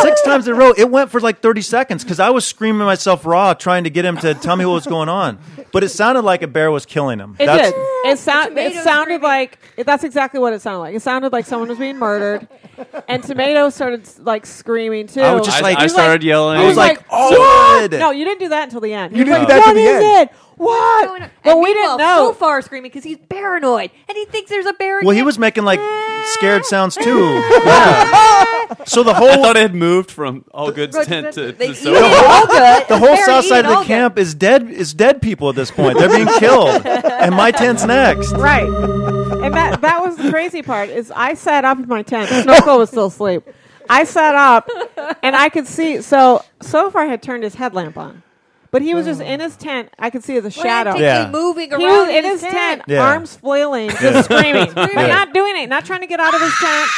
S9: Six times in a row, it went for like 30 seconds because I was screaming myself raw trying to get him to tell me what was going on. But it sounded like a bear was killing him.
S7: It did. It, sound, it sounded like it- that's exactly what it sounded like. It sounded like someone was being murdered, and Tomato started like screaming too.
S4: I was just I- like- I
S7: He was
S4: started yelling.
S7: he was
S4: I was like,
S7: "What?"
S4: "Good."
S7: No, you didn't do that until the end.
S4: You
S7: He
S4: didn't
S7: was
S4: do
S7: like,
S4: that
S7: "What
S4: till the
S7: is
S4: end."
S7: it? What?" But we didn't know.
S5: So far, screaming because he's paranoid and he thinks there's a bear. in
S9: Well, he
S5: camp.
S9: was making like scared sounds too. Yeah. So the whole
S4: I thought it had moved from all good
S5: Right,
S4: tent to,
S5: they
S4: to
S5: eat
S4: soda.
S5: it all good.
S9: the whole
S5: They're
S9: south side
S5: eating
S9: of
S5: all
S9: the camp is dead is dead people at this point. They're being killed. and my tent's next.
S7: Right. And that that was the crazy part is I sat up in my tent. Snorkel was still asleep. I sat up and I could see so so far had turned his headlamp on. But he was just in his tent. I could see the shadow.
S5: Yeah. moving
S7: He
S5: around
S7: was in his tent,
S9: Yeah.
S7: arms flailing, just
S9: Yeah.
S7: screaming.
S9: Screaming.
S7: Like, Not doing it, not trying to get out of his tent.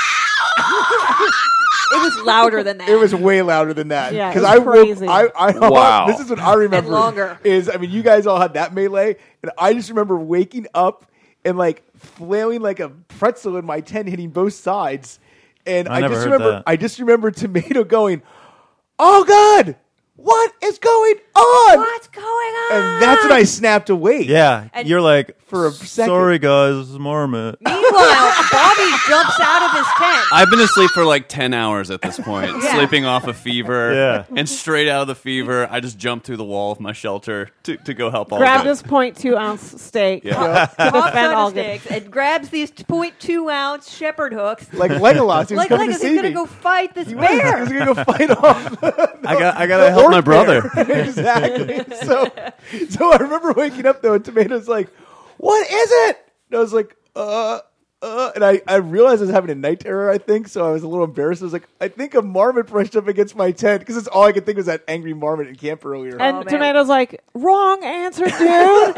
S5: it was louder than that.
S8: It was way louder than that.
S7: Yeah, it
S8: because
S7: was
S8: I woke-
S7: crazy.
S8: I, I
S4: Wow.
S8: This is what I remember.
S5: longer.
S8: is I mean, you guys all had that melee, and I just remember waking up and like flailing like a pretzel in my tent, hitting both sides, and
S9: I
S8: I,
S9: never
S8: just
S9: heard
S8: remember
S9: that.
S8: I just remember tomato going, "Oh God, what is going on? What's
S5: going on?"
S8: And that's when I snapped awake.
S9: Yeah.
S5: And-
S9: You're like
S8: For a second.
S9: Sorry guys, it's marmot.
S5: Meanwhile, Bobby jumps out of his tent.
S4: I've been asleep for like 10 hours at this point,
S5: Yeah.
S4: sleeping off a fever.
S9: Yeah.
S4: And straight out of the fever, I just jumped through the wall of my shelter to, to go help all
S7: Grabbed
S4: of them.
S7: this point two ounce steak.
S4: Yeah.
S7: to
S5: Walks
S7: defend
S5: on
S7: all
S5: his
S7: good.
S5: sticks and grabs these .2 ounce shepherd hooks.
S8: Like Legolas, he was
S5: like
S8: coming to
S5: Legolas,
S8: see
S5: he's gonna
S8: me.
S5: go fight this
S8: He
S5: bear.
S8: was gonna go fight off.
S4: I got I gotta help my brother.
S8: exactly. So, so I remember waking up though, and Tomato's like, "What is it?" And I was like, "Uh, uh, and I, I realized I was having a night terror, I think, so I was a little embarrassed. I was like, I think a marmot brushed up against my tent because that's all I could think was that angry marmot in camp earlier.
S5: Oh,
S7: And Tornado's like, wrong answer, dude.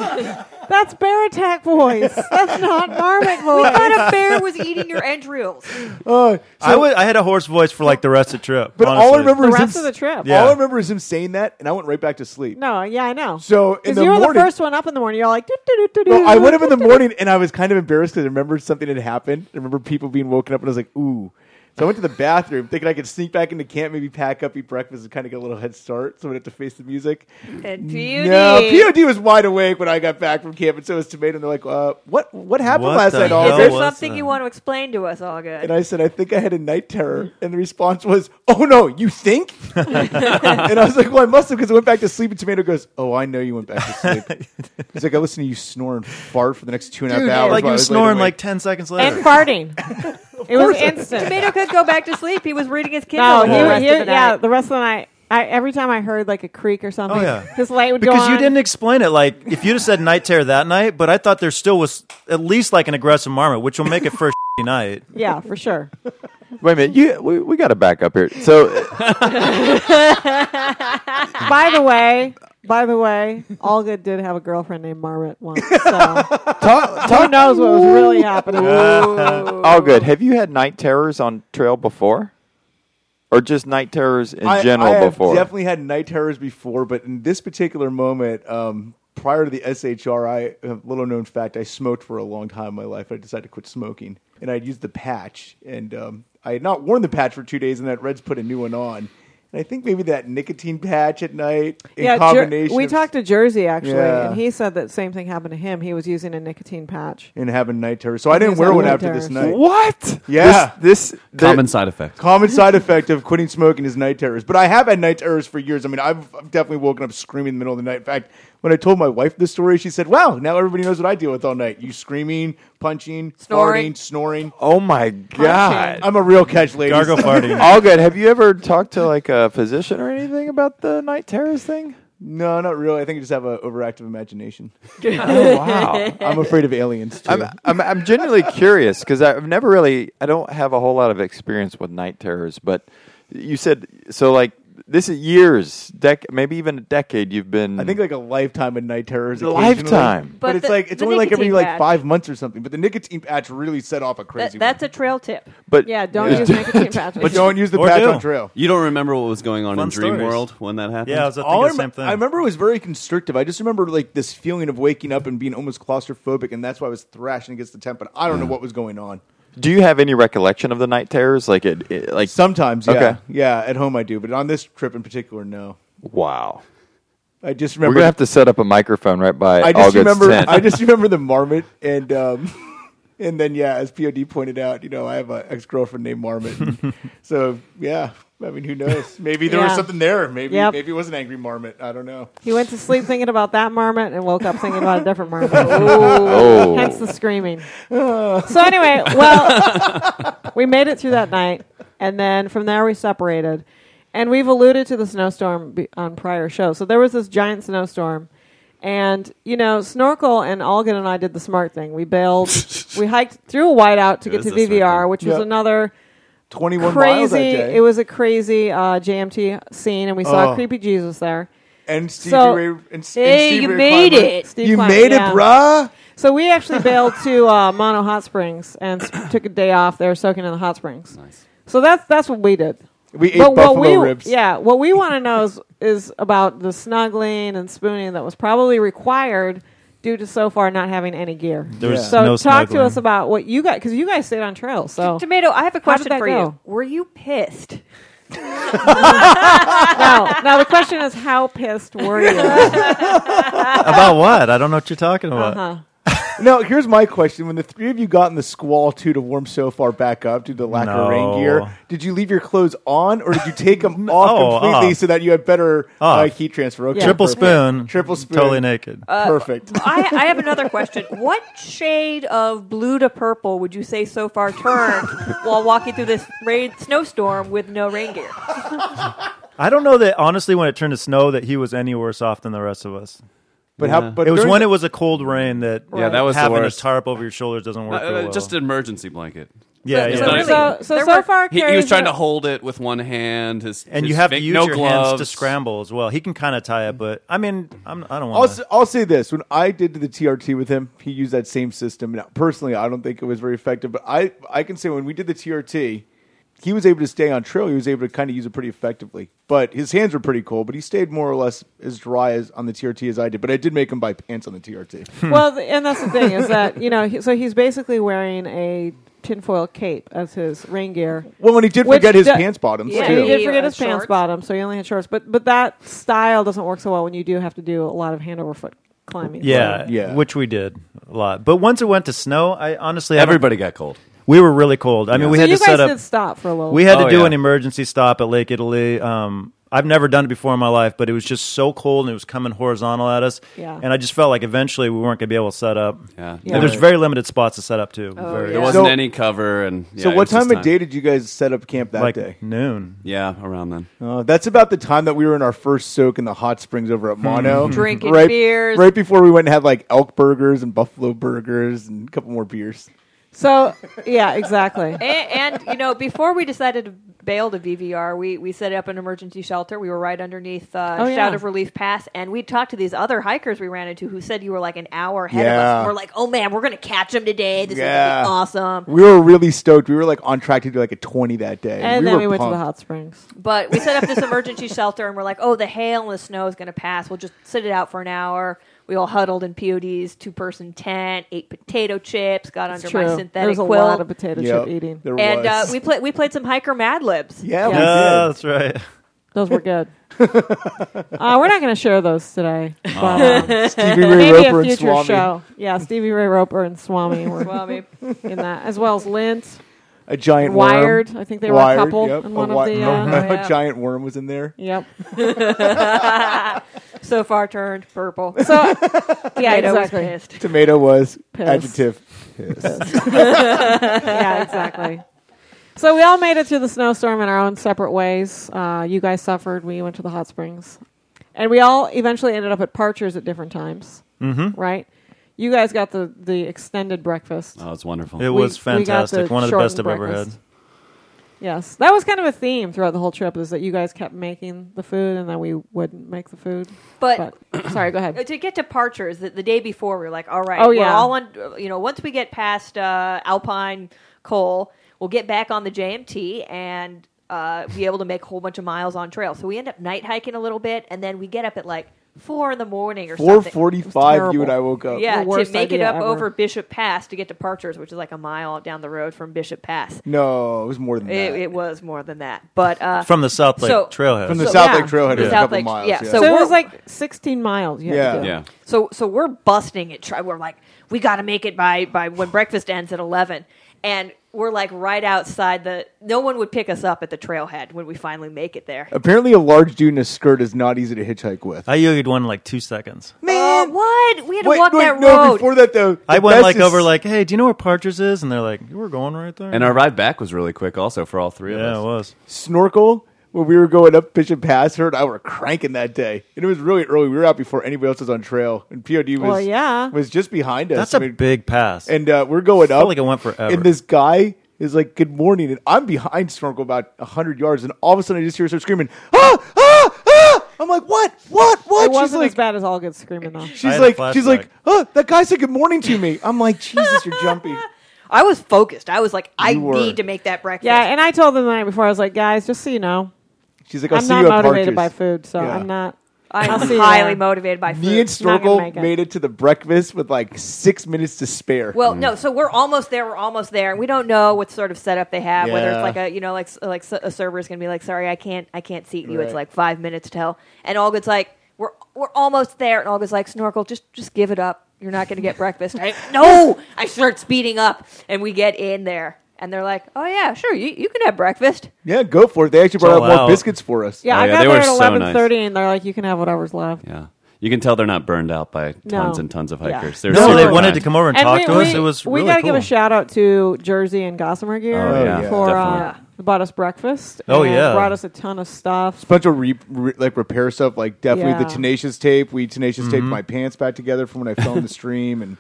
S7: That's bear attack voice. That's not marmot voice.
S5: We thought a bear was eating your entrails.
S8: Uh, so-
S9: I, was, I had a hoarse voice for like the rest of the trip.
S8: But all I
S9: honestly.
S8: remember is him,
S9: Yeah.
S8: All I remember is him saying that, and I went right back to sleep.
S7: Oh, No, yeah, I know.
S8: So in
S7: because
S8: the
S7: you were the
S8: morning-
S7: first one up in the morning, you're like, "Doo, doo, doo, doo,
S8: Well,
S7: doo,
S8: I went up
S7: doo,
S8: in the
S7: doo, doo."
S8: morning and I was kind of embarrassed because I remembered something had happened. I remember people being woken up and I was like, ooh. So I went to the bathroom thinking I could sneak back into camp, maybe pack up, eat breakfast, and kind of get a little head start so I would have to face the music.
S5: And
S8: No, POD was wide awake when I got back from camp, and so was Tomato. And they're like, uh, what, what happened
S9: What
S8: last
S9: the
S8: night,
S9: hell
S5: Is
S8: all
S5: there something you want to explain to us, all good?
S8: And I said, I think I had a night terror. And the response was, Oh no, you think? and I was like, Well, I must have because I went back to sleep. And Tomato goes, Oh, I know you went back to sleep. He's like, I listened to you snore and fart for the next two and a half
S9: Dude,
S8: hours.
S9: like you
S8: while I
S9: were
S8: was laid
S9: snoring
S8: awake."
S9: like 10 seconds later.
S7: and farting. it was
S5: course.
S7: instant.
S5: Tomato could go back to sleep. He was reading his
S7: No,
S5: Kindle. the
S7: he-
S5: rest
S7: he-
S5: of the
S7: yeah,
S5: night.
S7: the rest of the night. I, every time I heard like a creak or something,
S9: Oh, yeah.
S7: his light would go
S9: because
S7: on.
S9: you didn't explain it. Like if you'd have said night terror that night, but I thought there still was at least like an aggressive marmot, which will make it for a shitty night.
S7: yeah, for sure.
S1: Wait a minute. You, we we got to back up here. So
S7: by the way, by the way, All Good did have a girlfriend named Marmot once. So who knows what was really happening?
S9: Ah,
S1: all good. Have you had night terrors on trail before, or just night terrors in
S8: I-
S1: general
S8: I have
S1: before?
S8: definitely had night terrors before, but in this particular moment, um, prior to the SHR, I a little known fact, I smoked for a long time in my life. I decided to quit smoking, and I'd used the patch, and um, I had not worn the patch for two days, and that Reds put a new one on. And I think maybe that nicotine patch at night in
S7: yeah, Jer-
S8: combination.
S7: we
S8: of-
S7: talked to Jersey actually,
S8: Yeah.
S7: and he said that same thing happened to him. He was using a nicotine patch.
S8: and having night terrors. So I
S7: He
S8: didn't
S7: was
S8: wear
S7: having
S8: one
S7: night
S8: after this
S7: terrors.
S8: night.
S1: What?
S8: Yeah.
S1: This,
S4: Common side effect.
S8: Common side effect of quitting smoking is night terrors. But I have had night terrors for years. I mean, I've, I've definitely woken up screaming in the middle of the night. In fact, when I told my wife this story, she said, "Wow, now everybody knows what I deal with all night: you screaming, punching,
S1: Snoring.
S8: farting, snoring."
S1: Oh my god!
S8: I'm a real catch, ladies. Gargle farting.
S1: All good. Have you ever talked to like a physician or anything about the night terrors thing?
S8: No, not really. I think I just have an overactive imagination.
S1: Oh, wow.
S8: I'm afraid of aliens too.
S1: I'm, I'm, I'm genuinely curious because I've never really, I don't have a whole lot of experience with night terrors, but you said, so like, this is years, dec- maybe even a decade you've been.
S8: I think like a lifetime of night terrors.
S1: A
S8: occasionally.
S1: lifetime.
S8: but,
S5: But
S8: it's
S5: the-
S8: like it's
S5: the
S8: only like every
S5: nicotine
S8: like
S5: patch.
S8: five months or something. But the nicotine patch really set off a
S5: That-
S8: crazy.
S5: that's a trail tip.
S1: But
S5: yeah, don't use nicotine patches.
S8: But don't use the patch on trail.
S4: You don't remember what was going on
S8: Fun
S4: in Dream
S8: stories.
S4: World when that happened?
S8: All I remem- I remember it was very constrictive. I just remember like this feeling of waking up and being almost claustrophobic, and that's why I was thrashing against the tent. But I don't know what was going on.
S1: Do you have any recollection of the night terrors? Like, it, it- like
S8: sometimes, Yeah,
S1: Okay.
S8: yeah. At home, I do, but on this trip in particular, no.
S1: Wow.
S8: I just
S1: We're
S8: remember.
S1: going to have to set up a microphone right by
S8: I just
S1: August
S8: remember.
S1: 10th.
S8: I just remember the marmot and. Um, And then, yeah, as Pod pointed out, you know, I have an ex girlfriend named Marmot, so yeah. I mean, who knows? Maybe there was
S7: Yeah.
S8: something there. Maybe
S7: Yep.
S8: maybe it was an angry Marmot. I don't know.
S7: He went to sleep thinking about that marmot and woke up thinking about a different marmot.
S8: Oh.
S7: Hence the screaming. So anyway, well, we made it through that night, and then from there we separated. And we've alluded to the snowstorm be- on prior shows. So there was this giant snowstorm, and you know, Snorkel and Algan and I did the smart thing. We bailed. we hiked through a whiteout to
S8: It
S7: get
S8: is
S7: to
S8: the smart
S7: VVR,
S8: thing.
S7: which was
S8: Yep.
S7: another
S8: Twenty one
S7: crazy.
S8: miles that day.
S7: It was a crazy uh, JMT scene, and we saw
S8: Oh.
S7: creepy Jesus there.
S8: And Stevie Ray- and- and
S7: Hey,
S8: Stevie
S7: you
S8: Ray
S7: made
S8: Clyburn.
S7: it. Steve
S8: You
S7: Clyburn,
S8: made it,
S7: yeah.
S8: bruh.
S7: So we actually bailed to uh, Mono Hot Springs and s- took a day off there, soaking in the hot springs. Nice. So that's that's what we did.
S8: We ate
S7: what
S8: buffalo
S7: we,
S8: ribs.
S7: Yeah, what we want to know is is about the snuggling and spooning that was probably required due to so far not having any gear.
S9: There was
S7: so
S9: no
S7: talk to
S9: snuggling.
S7: us about what you got because you guys stayed on trail. So
S5: Tomato, I have a
S7: How did
S5: question
S7: Oh. that
S5: for
S7: go?
S5: you. Were you pissed?
S7: now, now the question is, how pissed were you?
S9: about what? I don't know what you're talking about.
S4: Uh-huh.
S7: Uh-huh.
S8: No, here's my question. When the three of you got in the squall too to warm so far back up due to the lack of rain
S9: No.
S8: gear, did you leave your clothes on or did you take them
S9: Oh,
S8: off completely
S9: off.
S8: so that you had better uh,
S9: Off.
S8: heat transfer? Okay,
S9: Uh-uh. Triple
S8: perfect.
S9: spoon.
S8: Triple spoon.
S9: Totally naked.
S5: Uh,
S8: Perfect.
S5: I, I have another question. What shade of blue to purple would you say so far turned while walking through this rain snowstorm with no rain gear?
S9: I don't know that honestly when it turned to snow that he was any worse off than the rest of us.
S8: But how? But
S9: it was
S8: during
S9: when
S8: the-
S9: it was a cold rain that
S4: Yeah, that was the
S9: having
S4: worst.
S9: a tarp over your shoulders doesn't work.
S4: Uh,
S9: real well.
S4: Just an emergency blanket.
S9: Yeah,
S4: It's
S9: yeah.
S4: not
S9: So-
S4: even-
S7: so- so-
S4: There
S7: so
S4: were-
S7: far
S4: he, he
S7: Carrie's
S4: was trying
S7: not-
S4: to hold it with one hand. His
S9: and
S4: his
S9: you have to
S4: fing-
S9: use
S4: no
S9: your
S4: gloves.
S9: hands to scramble as well. He can kind of tie it, but I mean, I'm, I don't
S8: I'll,
S9: want.
S8: s- I'll say this: when I did the TRT with him, he used that same system. Now, personally, I don't think it was very effective, but I I can say when we did the TRT, he was able to stay on trail. He was able to kind of use it pretty effectively. But his hands were pretty cold. But he stayed more or less as dry as on the TRT as I did. But I did make him buy pants on the TRT.
S7: Well, th- and that's the thing is that you know, he, so he's basically wearing a tinfoil cape as his rain gear.
S8: Well, when he did
S7: which
S8: forget his
S7: do-
S8: pants bottoms,
S7: yeah,
S8: too.
S7: he did forget
S8: Uh,
S7: his pants
S8: shorts.
S7: bottoms, so he only had shorts. But but that style doesn't work so well when you do have to do a lot of hand over foot climbing.
S9: Yeah, yeah, which we did a lot. But once it went to snow, I honestly I don't-
S4: Everybody got cold.
S9: We were really cold. I mean,
S4: Yeah.
S9: we
S4: So
S9: had
S4: you
S9: to set
S4: guys
S9: up.
S4: did stop for a little
S9: We had
S4: Oh,
S9: to do
S4: yeah.
S9: an emergency stop at Lake Italy. Um, I've never done it before in my life, but it was just so cold and it was coming horizontal at us.
S4: Yeah.
S9: And I just felt like eventually we weren't going to be able to set up.
S4: Yeah.
S9: And There's very limited spots to set up too. very
S4: There wasn't
S9: So-
S4: any cover, and yeah,
S8: so,
S4: it
S8: what
S4: was just
S8: time of day did you guys set up camp that
S9: Like
S8: day?
S9: Noon.
S4: Yeah, around then. Oh,
S8: Uh, that's about the time that we were in our first soak in the hot springs over at Mono.
S7: Mm-hmm.
S5: Drinking
S8: right,
S5: beers.
S8: Right before we went and had like elk burgers and buffalo burgers and a couple more beers.
S7: So yeah, exactly.
S5: and, and you know, before we decided to bail to VVR, we we set up an emergency shelter. We were right underneath uh,
S7: Oh, yeah.
S5: Shout of Relief Pass, and we talked to these other hikers we ran into who said you were like an hour ahead of us.
S8: Yeah.
S5: And we're like, oh man, we're gonna catch them today. This
S8: Yeah.
S5: is gonna be awesome.
S8: We were really stoked. We were like on track to do like a 20 that day.
S7: And then
S8: were
S7: we went to the
S8: pumped.
S7: hot springs.
S5: But we set up this emergency shelter, and we're like, oh, the hail and the snow is gonna pass. We'll just sit it out for an hour. We all huddled in PODs, two person tent, ate potato chips, got
S7: It's
S5: under
S7: true.
S5: my
S7: There
S5: synthetic
S7: was a
S5: quilt.
S7: lot of potato chip Yep, eating. there
S5: and uh,
S7: was.
S5: we played we played some hiker Mad Libs.
S8: Yeah,
S9: Yeah, that's right.
S7: Those were good. uh, we're not going to share those today. but,
S9: Aw.
S7: uh,
S9: Stevie Ray
S7: maybe
S9: Roper
S7: a
S9: and
S7: future
S9: Swami.
S7: show. Yeah, Stevie Ray Roper and Swami were
S5: Swami.
S7: in that, as well as Lint.
S8: A giant worm.
S7: Wired. I think they were
S8: Wired,
S7: a couple
S8: yep.
S7: in
S8: A
S7: one
S8: wi-
S7: of the. Uh,
S8: a giant worm was in there.
S7: Yep.
S5: so far turned purple.
S7: So yeah,
S5: Tomato was
S7: exactly.
S5: pissed.
S8: Tomato was
S7: Piss.
S8: adjective.
S7: yeah, exactly. So we all made it through the snowstorm in our own separate ways. Uh, you guys suffered. We went to the hot springs, and we all eventually ended up at Parchers at different times.
S4: Mhm.
S8: Mm-hmm.
S7: Right. You guys got the, the extended breakfast.
S4: Oh, it's wonderful.
S9: It
S7: We-
S9: was
S7: we got the
S9: fantastic. One of the best I've
S7: shortened
S9: ever had.
S7: breakfast. Yes, that was kind of a theme throughout the whole trip is that you guys kept making the food and that we wouldn't make the food.
S5: But-
S7: sorry, go ahead.
S5: Uh, To get to Parchers, the, the day before, we were like, all right,
S7: Oh,
S5: we're
S7: yeah.
S5: all on, you know, once we get past uh, Alpine Coal, we'll get back on the JMT and uh, be able to make a whole bunch of miles on trail. So we end up night hiking a little bit, and then we get up at like four in the morning or something.
S8: 4:45. You and I woke up.
S5: Yeah,
S7: The
S5: to
S7: worst
S5: make it
S7: idea
S5: up
S7: ever.
S5: over Bishop Pass to get to Parchers, which is like a mile down the road from Bishop Pass.
S8: No, it was more than that.
S5: It, it was more than that, but uh,
S9: From the South Lake
S5: so-
S9: Trailhead.
S8: From the
S5: so-
S8: South
S5: yeah,
S8: Lake Trailhead,
S5: the
S8: it's a
S5: South
S8: couple
S5: Lake-
S8: miles,
S5: Yeah,
S8: yeah.
S5: so,
S7: So, it
S5: we're-
S7: was like 16 miles. You had to
S8: Yeah.
S7: do.
S8: Yeah.
S5: so so we're busting it. Try we're like we got to make it by by when breakfast ends at eleven, and we're like right outside the. No one would pick us up at the trailhead when we finally make it there.
S8: Apparently, a large dude in a skirt is not easy to hitchhike with.
S9: I yogied one in like two seconds.
S5: Man, Oh, what? We had to
S8: Wait,
S5: walk
S8: wait,
S5: that
S8: no,
S5: road.
S8: before that though,
S9: I
S8: the
S9: went
S8: best
S9: like
S8: is-
S9: over like, hey, do you know where Partridge is? And they're like, you were going right there.
S4: And our ride back was really quick, also for all three of us.
S9: yeah, it was.
S8: snorkel when we were going up Bishop Pass. Her and I were cranking that day, and it was really early. We were out before anybody else was on trail, and POD was
S7: Well, yeah.
S8: was just behind us.
S9: That's a big pass.
S8: and uh, we're going
S9: Felt
S8: up.
S9: like it went forever.
S8: And this guy is like, "Good morning," and I'm behind Snorkel about hundred yards, and all of a sudden I just hear her screaming, "Ah, ah, ah!" I'm like, "What? What? What?"
S7: It wasn't as bad as all good screaming though.
S8: She's like, she's like, oh, that guy said good morning to me. I'm like, Jesus, you're jumpy.
S5: I was focused. I was like, I
S8: You were.
S5: need to make that breakfast.
S7: yeah. And I told them the night before. I was like, guys, just so you know,
S8: She's like, I'll
S7: am
S8: see
S7: not
S8: you at
S7: motivated
S8: Parker's.
S7: by food, so
S8: Yeah.
S7: I'm not.
S5: I'm
S7: I'll see you
S5: highly
S7: there.
S5: motivated by food.
S8: Me and
S7: Not gonna
S8: Snorkel
S7: make it.
S8: made it to the breakfast with like six minutes to spare.
S5: Well, no, so we're almost there. We're almost there, and we don't know what sort of setup they have. Whether it's
S8: Yeah.
S5: like a you know like like a server's gonna be like, sorry, I can't I can't seat you. It's
S8: Right.
S5: like five minutes till, and Olga's like, we're we're almost there, and Olga's like, Snorkel, just just give it up. You're not gonna get breakfast. I, no, I start speeding up, and we get in there, and they're like, oh yeah, sure, you you can have breakfast.
S8: Yeah, go for it. They actually brought
S4: all
S8: out more
S4: out.
S8: biscuits for us.
S7: Yeah,
S4: Oh,
S7: I
S4: yeah,
S7: got
S4: they
S7: there
S4: were
S7: at
S4: so
S7: eleven
S4: nice.
S7: thirty, and they're like, "You can have whatever's left."
S4: Yeah. You can tell they're not burned out by
S7: No.
S4: tons and tons of
S7: Yeah.
S4: hikers. They're
S9: No,
S4: super
S9: they wanted
S4: kind.
S9: to come over and,
S7: And
S9: talk
S7: we,
S9: to us.
S7: we-
S9: It was
S7: we
S9: really
S7: gotta
S9: cool.
S7: give a shout out to Jersey and Gossamer Gear
S4: Oh, yeah,
S7: for uh,
S4: definitely.
S7: They bought us breakfast.
S8: Oh,
S7: and
S8: yeah.
S7: Brought us a ton of stuff.
S8: It's a bunch of re, re- like repair stuff, like definitely
S7: Yeah.
S8: the tenacious tape. We tenacious taped
S7: Mhm.
S8: my pants back together from when I filmed the stream, and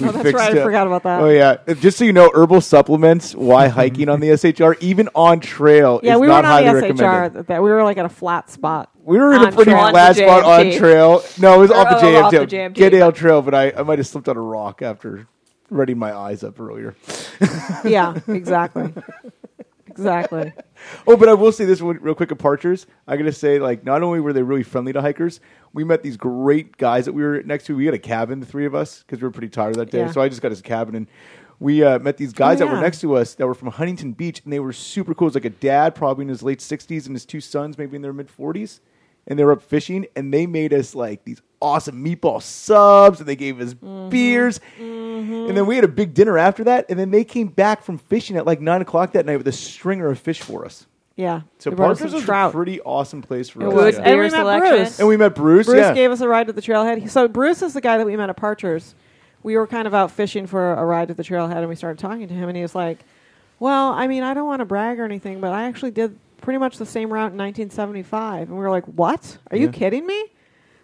S8: we
S7: Oh, that's
S8: fixed
S7: right. I
S8: up-
S7: forgot about that.
S8: Oh yeah, Uh, just so you know, herbal supplements. Why hiking on the SHR, even on trail,
S7: Yeah,
S8: is
S7: we
S8: not
S7: weren't on
S8: highly
S7: the SHR.
S8: recommended.
S7: That that we were like at a flat spot.
S8: We were in a
S7: On
S8: pretty
S7: trail.
S8: flat spot on
S7: JMT.
S8: trail. No, it was
S7: Or,
S8: off the
S7: oh,
S8: JMT.
S7: off the JMT,
S8: Gedale Trail, but I, I might have slipped on a rock after running my eyes up earlier.
S7: yeah, exactly. exactly.
S8: Oh, but I will say this one real quick. Departures. I gotta say, like, not only were they really friendly to hikers, we met these great guys that we were next to. We had a cabin, the three of us, because we were pretty tired that day.
S14: Yeah.
S8: So I just got his cabin, and we uh, met these guys
S14: Oh,
S8: that were
S14: yeah.
S8: next to us that were from Huntington Beach, and they were super cool. It was like a dad, probably in his late sixties, and his two sons, maybe in their mid forties, and they were up fishing, and they made us like these awesome meatball subs, and they gave us
S14: Mm-hmm.
S8: beers. And then we had a big dinner after that, and then they came back from fishing at like nine o'clock that night with a stringer of fish for us.
S7: Yeah.
S8: So
S7: They brought us
S8: Parker's
S7: some
S8: was a pretty awesome place for
S7: It
S8: us.
S7: was.
S8: yeah.
S7: And we met Bruce.
S8: And we met Bruce.
S7: Bruce
S8: yeah.
S7: gave us a ride to the trailhead. He- So Bruce is the guy that we met at Parchers. We were kind of out fishing for a ride to the trailhead, and we started talking to him, and he was like, "Well, I mean, I don't want to brag or anything, but I actually did pretty much the same route in 1975." And we were like, "What? Are you
S15: Yeah.
S7: kidding me?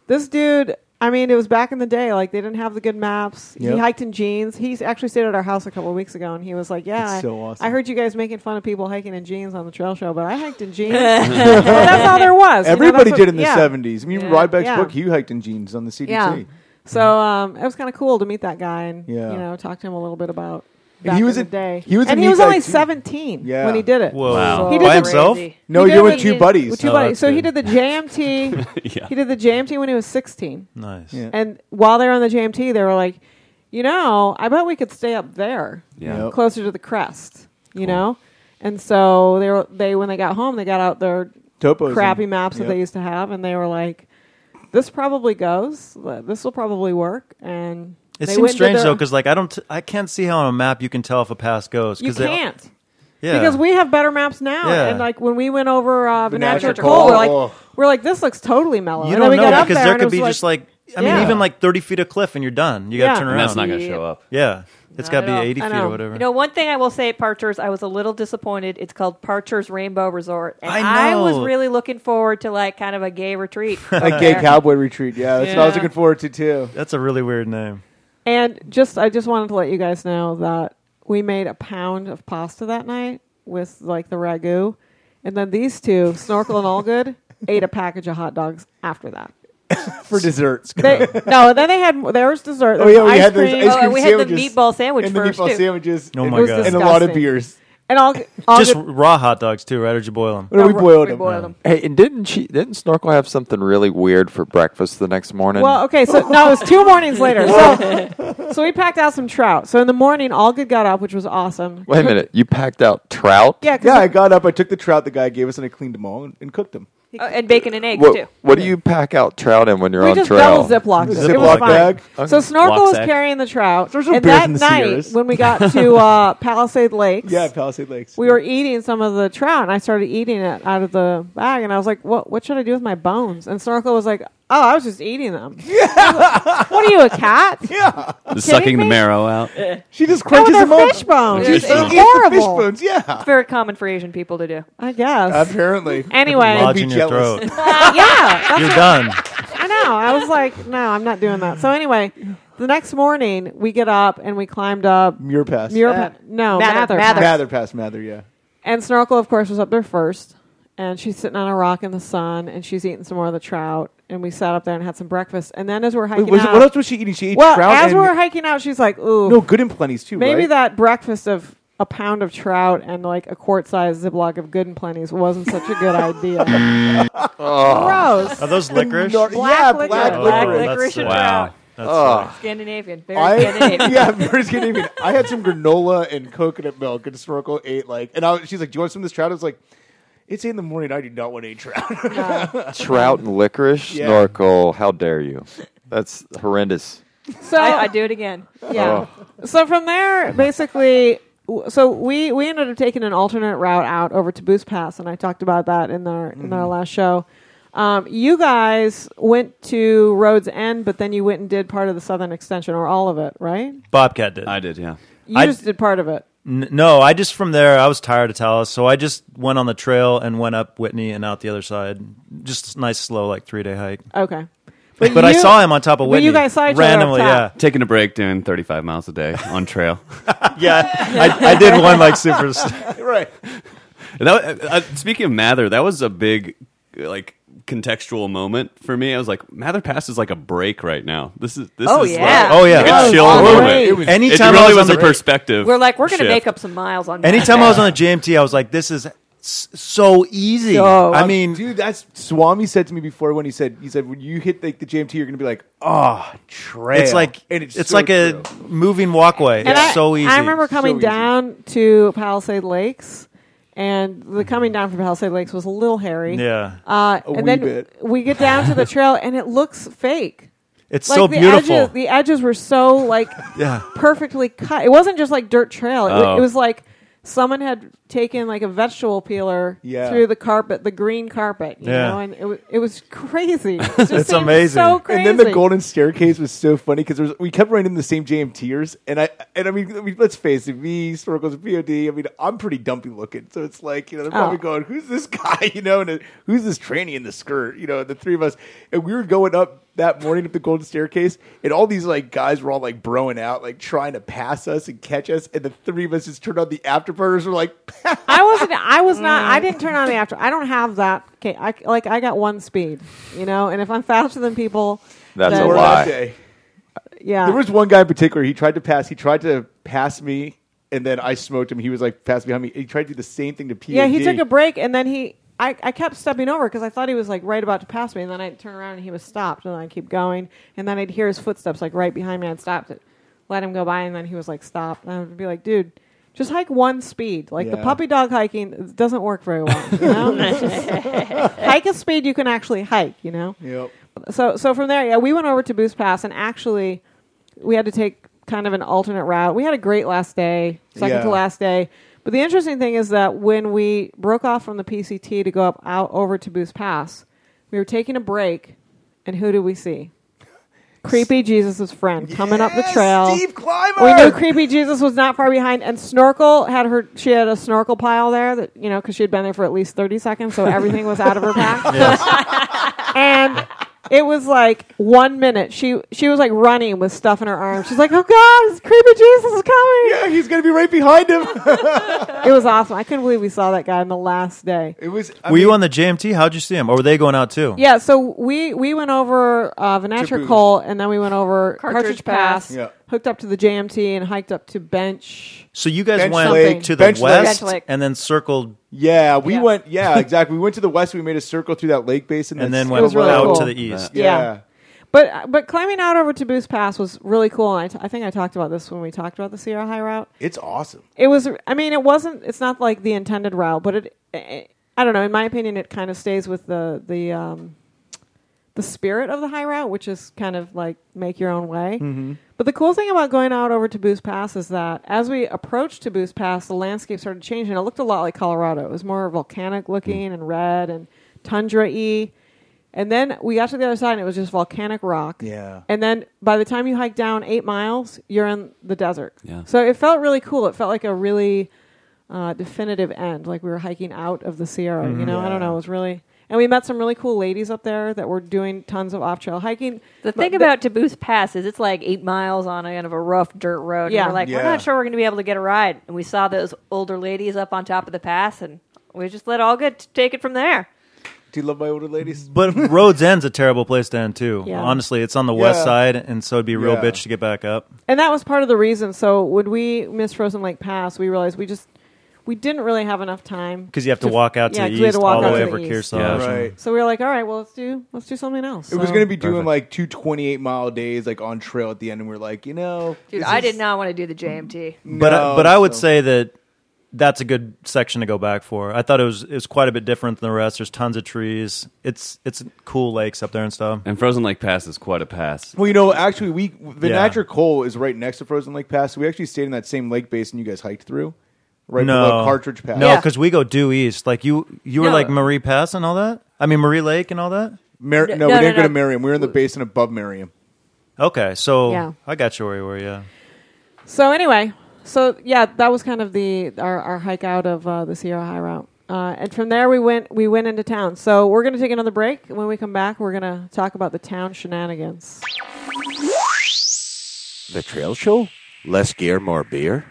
S7: This dude." I mean, it was back in the day. Like they didn't have the good maps.
S15: Yep.
S7: He hiked in jeans. He actually stayed at our house a couple of weeks ago, and he was like, "Yeah,
S15: That's
S7: I-
S15: so awesome.
S7: I heard you guys making fun of people hiking in jeans on the trail show, but I hiked in jeans. Well, that's all there was. you know,
S8: Everybody
S7: that's what-
S8: did in the
S7: yeah.
S8: 70s. I mean,
S7: Yeah.
S8: Ryback's
S7: Yeah.
S8: book, he hiked in jeans on the CDT.
S7: Yeah. So um, it was kind of cool to meet that guy and
S8: Yeah.
S7: you know talk to him a little bit about.
S8: And
S7: back
S8: he was
S7: in
S8: a-
S7: the day.
S8: he was a
S7: and he
S8: neat
S7: was
S8: guy,
S7: only
S8: too.
S7: seventeen
S8: Yeah.
S7: when he did it.
S8: Whoa. Wow.
S7: he
S8: Oh. By
S7: the-
S8: himself? No, he
S7: did
S8: did
S7: it
S8: with two buddies.
S7: With two
S8: Oh,
S7: buddies.
S8: that's
S7: So he
S8: good.
S7: did the JMT.
S8: Yeah.
S7: He did the JMT when he was sixteen.
S9: Nice.
S8: Yeah.
S7: And while they were on the JMT, they were like, you know, I bet we could stay up there,
S15: Yeah. Yep.
S7: closer to the crest, you know. And so they were they when they got home, they got out their
S15: Topos and-
S7: crappy maps
S15: yep.
S7: that they used to have, and they were like, "This probably goes. This will probably work." And
S9: It
S7: they
S9: seems
S7: went to
S9: strange
S7: their-
S9: though, because like I don't, I can't see how on a map you can tell if a pass goes.
S7: you
S9: 'cause they-
S7: can't.
S9: Yeah.
S7: Because we have better maps now,
S9: Yeah.
S7: and like when we went over uh,
S9: Venatra
S7: Venatra
S9: Col.
S7: Col, we're like, we're like, this looks totally mellow. and
S9: you
S7: then
S9: don't
S7: we
S9: know
S7: got up
S9: because
S7: there,
S9: there
S7: and it
S9: could
S7: was
S9: be
S7: like-
S9: just like, I mean,
S7: Yeah.
S9: even like thirty feet of cliff and you're done. You got
S7: Yeah.
S9: to turn
S7: And
S9: around.
S7: that's not gonna show
S4: up.
S9: Yeah, it's got to be
S5: at all.
S9: eighty
S7: I
S9: feet or
S7: know.
S9: whatever.
S5: You know, one thing I will say at Parchers, I was a little disappointed. It's called Parchers Rainbow Resort, and
S8: I
S5: I,
S8: know.
S5: was really looking forward to like kind of a gay retreat,
S8: Like gay cowboy retreat. Yeah, that's what I was
S5: Yeah.
S8: looking forward to, too.
S9: That's a really weird name.
S7: And just, I just wanted to let you guys know that we made a pound of pasta that night with like the ragu, and then these two, Snorkel and Allgood, ate a package of hot dogs after that.
S8: For dessert.
S7: They, no, then they had there was dessert.
S8: Oh, yeah, we
S7: ice
S8: had those
S7: cream.
S8: ice Oh, cream we had the sandwiches.
S5: meatball sandwich
S7: and
S8: the first, meatball too. sandwiches.
S9: Oh
S8: It
S9: my
S8: was
S9: god!
S8: And a lot of disgusting. beers.
S7: And all, all
S9: just
S7: good-
S9: raw hot dogs too, right? Or did you boil them?
S7: No, we boiled we them. boiled them.
S1: Hey, and didn't she? Didn't Snorkel have something really weird for breakfast the next morning?
S7: Well, okay, so no, it was two mornings later. So, so we packed out some trout. So in the morning, all good got up, which was awesome.
S1: wait a minute. You packed out trout.
S7: Yeah, 'cause
S8: yeah.
S7: we-
S8: I got up, I took the trout the guy gave us, and I cleaned them all and, and cooked them.
S5: Uh, and bacon and eggs too.
S1: What, what do you pack out trout in when you're
S7: we
S1: on
S7: just
S1: trail?
S7: double Ziploc. it. It was
S1: Ziploc
S7: fine.
S1: bag?
S7: So
S1: Okay.
S7: Snorkel was
S1: Knapsack.
S7: carrying the trout.
S8: There's no
S7: and
S8: bears
S7: that
S8: in the
S7: night,
S8: Sierras.
S7: when we got to uh, Palisade Lakes,
S8: Yeah, Palisade Lakes.
S7: we were eating some of the trout, and I started eating it out of the bag, and I was like, "What? What should I do with my bones?" And Snorkel was like, "Oh, I was just eating them." what are you, a cat?
S8: Yeah,
S5: Oh,
S4: Sucking the marrow out.
S8: She just
S5: crunches
S7: crunches them up. Oh, fish bones.
S4: Fish
S7: It's,
S4: bones.
S7: it's horrible.
S8: bones, yeah.
S5: It's very common for Asian people to do.
S7: I guess.
S8: Apparently.
S7: Anyway, uh,
S9: Lodge in your throat.
S7: yeah,
S9: You're done.
S7: I know. I was like, no, I'm not doing that. So anyway, the next morning we get up and we climbed up
S8: Muir Pass.
S7: Muir
S8: Uh,
S7: Pa- no, Mather.
S8: Mather. Mather.
S7: Pass.
S8: Mather Pass, Mather, yeah.
S7: And Snorkel, of course, was up there first, and she's sitting on a rock in the sun, and she's eating some more of the trout. And we sat up there and had some breakfast. And then as we're hiking
S8: was it-
S7: out,
S8: what else was she eating? She ate
S7: well,
S8: trout
S7: as
S8: and-
S7: we were hiking out, she's like, ooh,
S8: No, good and plenty's too,
S7: maybe
S8: right?
S7: that breakfast of a pound of trout and like a quart size Ziploc of Good and Plenty's wasn't such a good idea. Gross.
S9: Are those licorice? Oh,
S7: Nor- Black yeah, licorice. black
S9: Black
S7: licorice.
S9: licorice
S7: and
S9: wow.
S7: trout.
S9: That's
S8: Ugh.
S5: Scandinavian, very
S8: I,
S5: Scandinavian.
S8: yeah, very Scandinavian. I had some granola and coconut milk, and Snorkel ate like, and I, was- she's like, "Do you want some of this trout?" I was like, "It's eight in the morning. I do not want to eat trout."
S1: Trout and licorice.
S8: Yeah.
S1: Snorkel. How dare you? That's horrendous.
S7: So
S5: I, I do it again.
S7: Yeah. So from there, basically, w- so we we ended up taking an alternate route out over to Boost Pass, and I talked about that in our in our
S15: Mhm.
S7: last show. Um, you guys went to Roads End, but then you went and did part of the Southern Extension or all of it, right?
S9: Bobcat did.
S4: I did. Yeah.
S7: You just did part of it.
S9: N- no, I just from there I was tired of Taos, so I just went on the trail and went up Whitney and out the other side. Just nice, slow, like three day hike.
S7: Okay.
S9: But, I
S7: you-
S9: saw him on top of
S7: but
S9: Whitney.
S7: you guys saw each other up
S9: randomly.
S7: top.
S9: Yeah,
S4: Taking a break, doing 35 miles a day on trail.
S9: yeah. I, I did one like super. right.
S4: And that, uh, speaking of Mather, that was a big like contextual moment for me. I was like, Mather Pass is like a break right now. This is this
S5: Oh,
S4: is
S5: yeah.
S4: like,
S5: Oh, yeah.
S4: you can
S5: That was
S4: chill a
S5: awesome.
S4: little
S5: Great.
S4: bit.
S5: It was-
S4: It,
S9: Anytime I
S4: really
S9: was on
S4: was,
S9: the
S4: a
S9: break-
S4: perspective.
S5: We're like, we're going to
S4: shift.
S5: make up some miles on
S9: Anytime I was on the JMT, I was like, "This is s- so easy." I mean,
S8: dude, that's Swami said to me before when he said he said when you hit like the JMT, you're gonna be like, oh, trail.
S9: ah, It's like
S8: And
S9: it's,
S8: so
S9: like a moving walkway.
S7: And
S9: it's
S7: I,
S9: so easy.
S7: I remember coming
S9: So easy.
S7: down to Palisade Lakes, and the coming down from Palisade Lakes was a little hairy.
S9: Yeah.
S7: Uh,
S9: A
S7: and
S9: wee
S7: then
S9: bit.
S7: we get down to the trail, and it looks fake.
S9: It's so
S7: the
S9: beautiful.
S7: Edges, the edges were so like
S9: Yeah.
S7: perfectly cut. It wasn't just like dirt trail. It, wa-
S9: Oh.
S7: it was like someone had taken like a vegetable peeler
S9: Yeah.
S7: through the carpet, the green carpet. You
S8: Yeah.
S7: know, and it was it was crazy. It just
S8: It's
S7: seemed So crazy.
S8: And then the golden staircase was so funny because we kept running into the same JMTers, and I and I mean, I mean, let's face it, me, Snorkels, VOD. I mean, I'm pretty dumpy looking, so it's like you know they're probably
S1: Oh.
S8: going, "Who's this guy?" You know, and uh, who's this tranny in the skirt? You know, the three of us, and we were going up that morning up the golden staircase, and all these like guys were all like broing out, like trying to pass us and catch us, and the three of us just turned on the afterburners. We're like,
S7: I wasn't. I was not. I didn't turn on the after. I don't have that. Okay, I like I got one speed, you know. And if I'm faster than people,
S8: That's
S7: then-
S8: a lie.
S7: Yeah.
S8: There was one guy in particular. He tried to pass. He tried to pass me, and then I smoked him. He was like passed behind me. He tried to do the same thing to P.
S7: Yeah, he took a break and then he. I, I kept stepping over because I thought he was like right about to pass me, and then I'd turn around and he was stopped, and then I'd keep going, and then I'd hear his footsteps like right behind me. I'd stop to let him go by, and then he was like stop, and I would be like, dude. Just hike one speed, like the
S15: Yeah.
S7: puppy dog hiking doesn't work very well. You know? It's just- hike a speed you can actually hike. You know.
S8: Yep.
S7: So so from there, yeah, we went over to Boost Pass, and actually, we had to take kind of an alternate route. We had a great last day, second to
S15: Yeah.
S7: last day. But the interesting thing is that when we broke off from the PCT to go up out over to Boost Pass, we were taking a break, and who did we see? Creepy Jesus' friend coming up the trail.
S15: Steve Clymer!
S7: We knew Creepy Jesus was not far behind, and Snorkel had her. She had a snorkel pile there that you know because she had been there for at least thirty seconds, so everything was out of her pack and it was like one minute. She she was like running with stuff in her arms. She's like, "Oh God, it's creepy Jesus is coming!"
S8: Yeah, he's gonna be right behind him.
S7: it was awesome. I couldn't believe we saw that guy on the last day.
S8: It was.
S9: were you on the JMT? How'd you see him? Or were they going out too?
S7: Yeah, so we we went over uh, Venatra
S9: Booth.
S7: Cole, and then we went over Cartridge,
S5: Cartridge
S7: Pass,
S5: Pass. Yeah.
S7: hooked up to the JMT, and hiked up to Bench.
S9: So you guys
S7: Bench
S9: went
S7: Lake.
S9: to the
S7: Bench Lake.
S9: west
S7: Bench Lake.
S9: and then circled
S8: Yeah, we went. Yeah, exactly. We went to the west. We made a circle through that lake basin,
S9: And
S8: that
S9: then
S8: circle
S9: went It was really out
S7: cool.
S9: to the east.
S7: Yeah. But but climbing out over to Boost Pass was really cool, and I, t- I think I talked about this when we talked about the Sierra High Route.
S8: it's awesome.
S7: It was. I mean, it wasn't. It's not like the intended route, but it. I I don't know. In my opinion, it kind of stays with the the um, the spirit of the high route, which is kind of like make your own way.
S15: Mhm.
S7: But the cool thing about going out over Taboose Pass is that as we approached Taboose Pass, the landscape started changing. It looked a lot like Colorado. It was more volcanic looking and red and tundra y. And then we got to the other side, and it was just volcanic rock.
S8: Yeah.
S7: And then by the time you hike down eight miles, you're in the desert.
S4: Yeah.
S7: So it felt really cool. It felt like a really uh, definitive end. Like we were hiking out of the Sierra. You
S9: Mm-hmm.
S15: Mhm.
S7: know, I don't know. It was really. And we met some really cool ladies up there that were doing tons of off trail hiking.
S5: The
S7: But
S5: thing
S7: the-
S5: about Taboose Pass is it's like eight miles on a kind of a rough dirt road.
S7: Yeah.
S5: And we're like,
S7: Yeah.
S5: we're not sure we're going to be able to get a ride. And we saw those older ladies up on top of the pass, and we just let all good take it from there.
S8: Do you love my older ladies?
S9: But Rhodes End's a terrible place to end too.
S7: Yeah.
S9: Honestly, it's on the west
S7: Yeah.
S9: side, and so it'd be a real
S7: Yeah.
S9: bitch to get back up.
S7: and that was part of the reason. So when we missed Frozen Lake Pass, we realized we just we didn't really have enough time
S9: 'Cause you have to walk out to
S7: yeah,
S9: the
S7: 'cause we had
S9: east,
S7: walk
S9: all the
S7: out
S9: way
S7: to
S9: over
S7: east.
S9: Kearsarge. Yeah.
S8: Right.
S7: So we were like, all right, well let's do let's do something else.
S8: It was
S7: So-
S8: going to be doing like two twenty eight mile days, like on trail at the end, and we are like, you know,
S5: Dude,
S8: this
S5: I
S8: is-
S5: did not want to do the JMT.
S9: But I,
S8: No,
S9: but I would
S8: so-
S9: say that that's a good section to go back for. I thought it was it was quite a bit different than the rest. There's tons of trees. It's it's cool lakes up there and stuff.
S4: And Frozen Lake Pass is quite a pass.
S8: Well, you know, actually, we the
S9: Yeah.
S8: Niagara Cole is right next to Frozen Lake Pass. So we actually stayed in that same lake basin you guys hiked through, right below Cartridge Pass.
S9: No, because we go due east. Like you, you were
S8: No.
S9: like Marie Pass and all that. I mean Marie Lake and all that.
S8: Mar- no, we didn't go to Merriam. We were in the basin above Merriam.
S9: Okay, so
S7: Yeah.
S9: I got you where you were. Yeah.
S7: So anyway, so yeah, that was kind of the our, our hike out of uh, the Sierra High Route, uh, and from there we went we went into town. So we're gonna take another break. When we come back, we're gonna talk about the town shenanigans.
S14: The Trail Show? Less gear, more beer?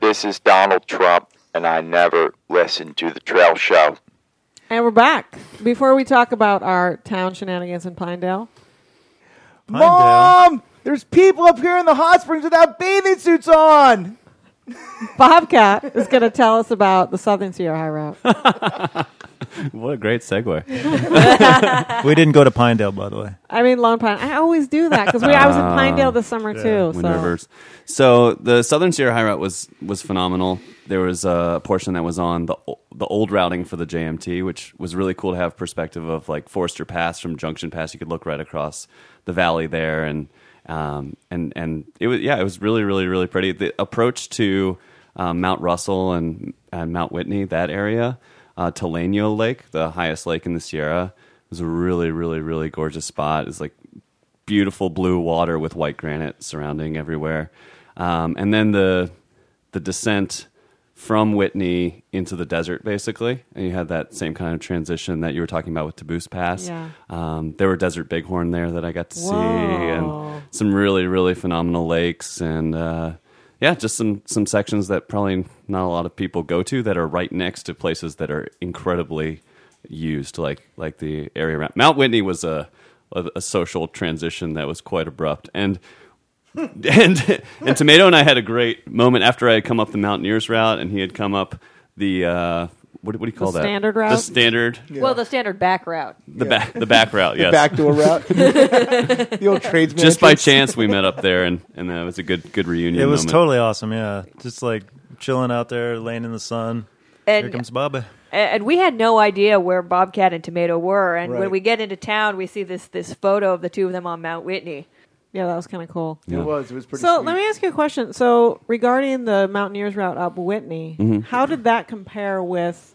S16: This is Donald Trump, and I never listen to the Trail Show.
S7: And we're back. Before we talk about our town shenanigans in Pinedale,
S8: Mom, Um, there's people up here in the hot springs without bathing suits on.
S7: Bobcat is going to tell us about the Southern Sierra High Route.
S4: What a great segue.
S9: we didn't go to Pinedale, by the way.
S7: I mean, Lone Pine. I always do that because I was in Pinedale this summer too.
S4: Wind
S7: so
S4: Rivers. So the Southern Sierra High Route was was phenomenal. There was a portion that was on the o- the old routing for the JMT, which was really cool to have perspective of like Forster Pass from Junction Pass. You could look right across the valley there, and um, and and it was yeah, it was really really really pretty. The approach to um, Mount Russell and and Mount Whitney, that area, uh, Teleno Lake, the highest lake in the Sierra, was a really really really gorgeous spot. It's like beautiful blue water with white granite surrounding everywhere. Um, and then the the descent from Whitney into the desert, basically, and you had that same kind of transition that you were talking about with Taboose Pass.
S17: Yeah.
S4: Um, there were desert bighorn there that I got to see,
S17: Whoa.
S4: and some really really phenomenal lakes, and uh, yeah, just some some sections that probably not a lot of people go to that are right next to places that are incredibly used, like like the area around Mount Whitney was a a, a social transition that was quite abrupt, and and and Tomato and I had a great moment after I had come up the Mountaineers route, and he had come up the uh, what, what do you call that?
S5: standard route?
S4: The standard,
S5: Well, the standard back route.
S4: the back, the back route.
S8: The
S4: Yes,
S8: backdoor route. the old tradesman.
S4: Just by
S8: entrance.
S4: chance, we met up there, and and that was a good good reunion.
S9: It was
S4: moment.
S9: totally awesome. Yeah, just like chilling out there, laying in the sun.
S5: And-
S9: Here comes Bubba.
S5: And and we had no idea where Bobcat and Tomato were. And when
S9: Right.
S5: we get into town, we see this this photo of the two of them on Mount Whitney.
S7: Yeah, that was kind of cool.
S8: It was. It was pretty.
S7: so
S8: sweet.
S7: let me ask you a question. So regarding the Mountaineers route up Whitney,
S4: Mhm.
S7: how did that compare with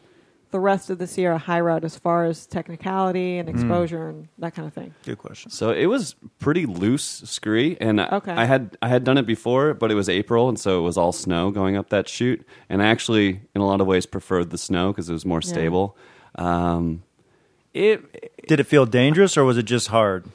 S7: the rest of the Sierra High Route as far as technicality and
S4: Mm.
S7: exposure and that kind of thing?
S9: Good question.
S4: So it was pretty loose scree, and I-
S7: Okay.
S4: I had I had done it before, but it was April, and so it was all snow going up that chute. And I actually, in a lot of ways, preferred the snow because it was more
S9: Yeah.
S4: stable. Um, it
S9: did it feel dangerous or was it just hard?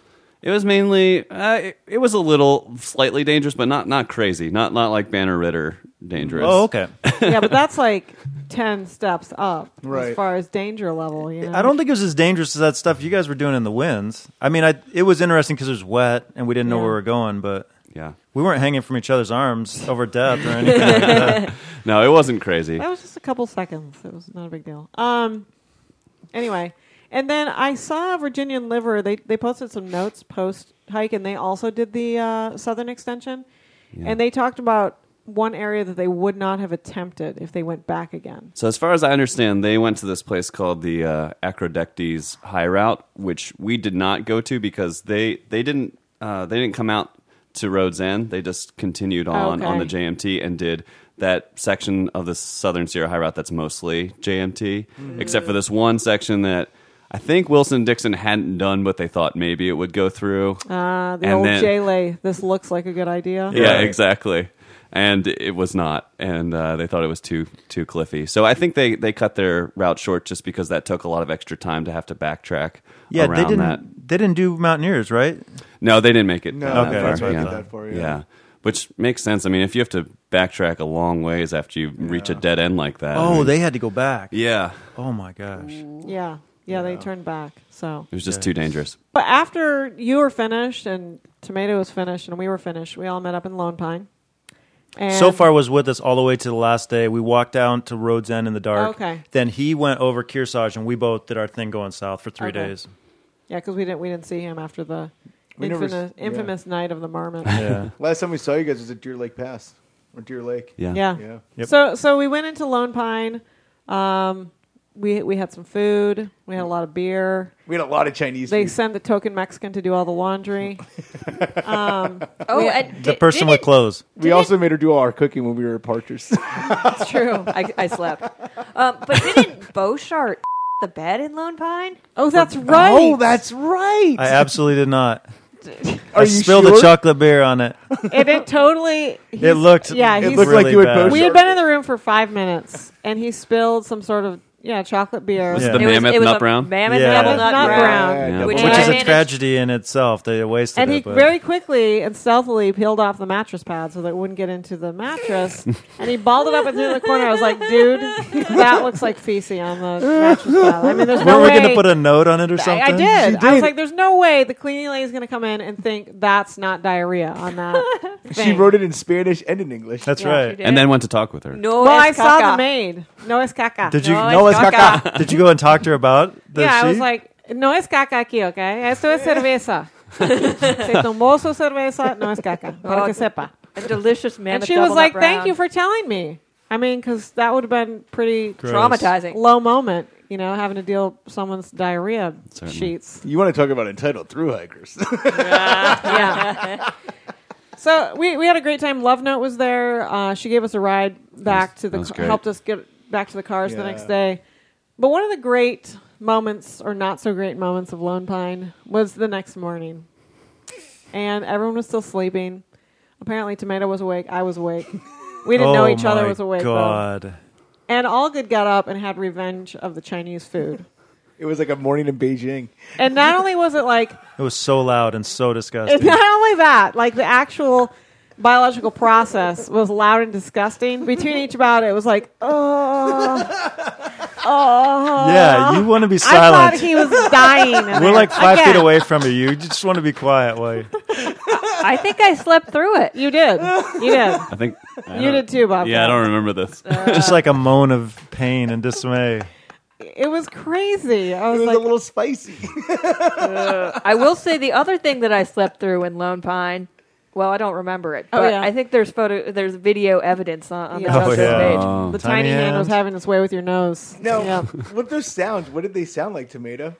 S4: It was mainly uh, it, it was a little slightly dangerous, but not not crazy, not not like Banner Ritter dangerous.
S9: Oh, okay.
S7: yeah, but that's like ten steps up as
S9: Right.
S7: far as danger level. You know,
S9: I don't think it was as dangerous as that stuff you guys were doing in the winds. I mean, I, it was interesting because it was wet and we didn't know
S4: Yeah.
S9: where we were going, but
S4: yeah,
S9: we weren't hanging from each other's arms over depth or anything like that.
S4: no, it wasn't crazy.
S7: That was just a couple seconds. It was not a big deal. Um. Anyway, and then I saw Virginian Liver. They they posted some notes post hike, and they also did the uh, Southern Extension,
S4: Yeah.
S7: and they talked about one area that they would not have attempted if they went back again.
S4: So as far as I understand, they went to this place called the uh, Acrodectes High Route, which we did not go to because they they didn't uh, they didn't come out to Rhodes End. They just continued on
S17: Okay.
S4: on the JMT and did that section of the Southern Sierra High Route that's mostly JMT,
S7: Mm.
S17: Mhm.
S4: except for this one section that. I think Wilson Dixon hadn't done what they thought maybe it would go through.
S7: Uh, the
S4: And
S7: old
S4: then-
S7: J lay. This looks like a good idea.
S4: yeah, exactly. And it was not, and uh, they thought it was too too cliffy. So I think they they cut their route short just because that took a lot of extra time to have to backtrack.
S9: Yeah,
S4: around
S9: they didn't.
S4: that.
S9: They didn't do Mountaineers, right?
S4: No, they didn't make it.
S9: No,
S4: down that
S9: Okay,
S4: far.
S9: that's what I did that for, yeah.
S4: which makes sense. I mean, if you have to backtrack a long ways after you reach a dead end like that, I
S9: Oh,
S4: mean,
S9: they had to go back.
S4: Yeah,
S9: Oh my gosh.
S7: yeah, yeah. They turned back. So
S4: it was just too dangerous.
S7: But after you were finished and Tomato was finished and we were finished, we all met up in Lone Pine. And
S9: so far was with us all the way to the last day. We walked down to Rhodes End in the dark.
S7: Okay.
S9: Then he went over Kearsarge, and we both did our thing going south for three
S7: Okay.
S9: days.
S7: yeah, because we didn't we didn't see him after the
S8: We never s-
S7: Infamous,
S8: yeah.
S7: infamous night of the marmot.
S8: Last time we saw you guys was at Deer Lake Pass or Deer Lake.
S7: Yeah.
S8: Yeah.
S7: So so we went into Lone Pine. Um, we we had some food. We had a lot of beer.
S8: we had a lot of Chinese.
S7: They
S8: food.
S7: send the token Mexican to do all the laundry. um,
S5: Oh,
S7: we-
S5: and
S9: The person with clothes.
S8: We also made her do all our cooking when we were at Partridge.
S5: That's true. I, I slept. Um, but didn't Beauchart the bed in Lone Pine?
S7: Oh, that's
S9: right.
S8: Oh, that's right.
S9: I absolutely did not.
S8: Are
S9: I
S8: you
S9: spilled
S8: sure?
S9: a chocolate beer on it.
S7: and it totally.
S9: It
S7: he's-
S9: looked.
S7: Yeah,
S9: it
S7: he's-
S9: looked really bad.
S7: We had been in the room for five minutes, and he spilled some sort of yeah chocolate beer.
S4: Was it Yeah. the It was- mammoth it was nut a brown? mammoth
S7: double
S4: nut
S7: nut
S4: brown,
S7: brown,
S4: Yeah,
S9: which
S4: but
S9: is
S4: I-
S9: a tragedy in itself. They wasted
S7: and he
S9: it. But
S7: very quickly and stealthily peeled off the mattress pad so that it wouldn't get into the mattress. and he balled it up and threw it in the corner. I was like, dude, that looks like feces on the mattress pad. I mean, there's
S9: were
S7: no
S9: we
S7: way.
S9: going to put a note on it or
S7: I-
S9: something?
S7: I did. I was like, "There's no way the cleaning lady is going to come in and think that's not diarrhea on that."
S8: she wrote it in Spanish and in English.
S4: That's Yeah, right. she did. And then went to talk with her.
S7: No, well, I saw the maid. No es caca.
S9: Did you?
S7: es caca.
S9: Did you go and talk to her about the
S7: yeah, I was
S9: sheep?
S7: like, no es caca aquí, okay? Esto es cerveza. Se tomó su cerveza, no es caca. Para que sepa.
S5: A delicious man.
S7: And she was like, thank you for telling me. I mean, because that would have been pretty
S5: Gross. Traumatizing.
S7: low moment, you know, having to deal with someone's diarrhea
S8: Certainly.
S7: sheets.
S8: You want to talk about entitled through hikers?
S7: yeah. So we, we had a great time. Love Note was there. Uh, she gave us a ride back to
S4: that
S7: the
S4: was
S7: car,
S4: great.
S7: helped us get back to the cars the next
S4: Yeah.
S7: day. But one of the great moments, or not so great moments, of Lone Pine was the next morning, and everyone was still sleeping. Apparently, Tomato was awake. I was awake. We didn't know
S9: Oh
S7: each other
S9: my
S7: was awake. though.
S9: God.
S7: And Allgood got up and had revenge of the Chinese food.
S8: it was like a morning in Beijing.
S7: And not only was it like
S9: It was so loud and so
S7: And
S9: disgusting.
S7: not only that, like the actual biological process was loud and disgusting. Between each bout, it was like, oh, oh.
S9: Yeah, you want to be
S7: I
S9: silent.
S7: thought he was dying. in
S9: We're
S7: there.
S9: like five
S7: Again,
S9: feet away from you. You just want to be quiet. While you-
S7: I think I slept through it. You did. You did.
S4: I think I
S7: You
S4: don't-
S7: did too, Bob.
S4: Yeah, I don't remember this.
S7: Uh-huh.
S9: just like a moan of pain and dismay.
S7: It was crazy. I was,
S8: was
S7: like,
S8: a little spicy.
S5: I will say the other thing that I slept through in Lone Pine. Well, I don't remember it,
S7: Oh,
S5: but
S7: yeah.
S5: I think there's photo, there's video evidence on, on
S7: Yeah.
S5: the
S7: Oh,
S5: Justice
S7: yeah.
S5: page.
S7: The tiny, hand. was having its way with your nose.
S8: No,
S7: Yeah.
S8: what those sounds? What did they sound like? Tomato.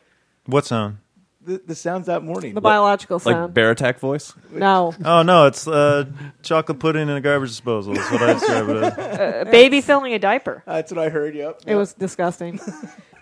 S9: What sound?
S8: The, the sounds that morning.
S7: The biological sound.
S4: bear attack voice?
S7: No.
S9: Oh no, it's uh, chocolate pudding in a garbage disposal. Is what I describe it as.
S5: Uh, baby filling a diaper.
S8: That's what I heard. Yep.
S7: It was disgusting.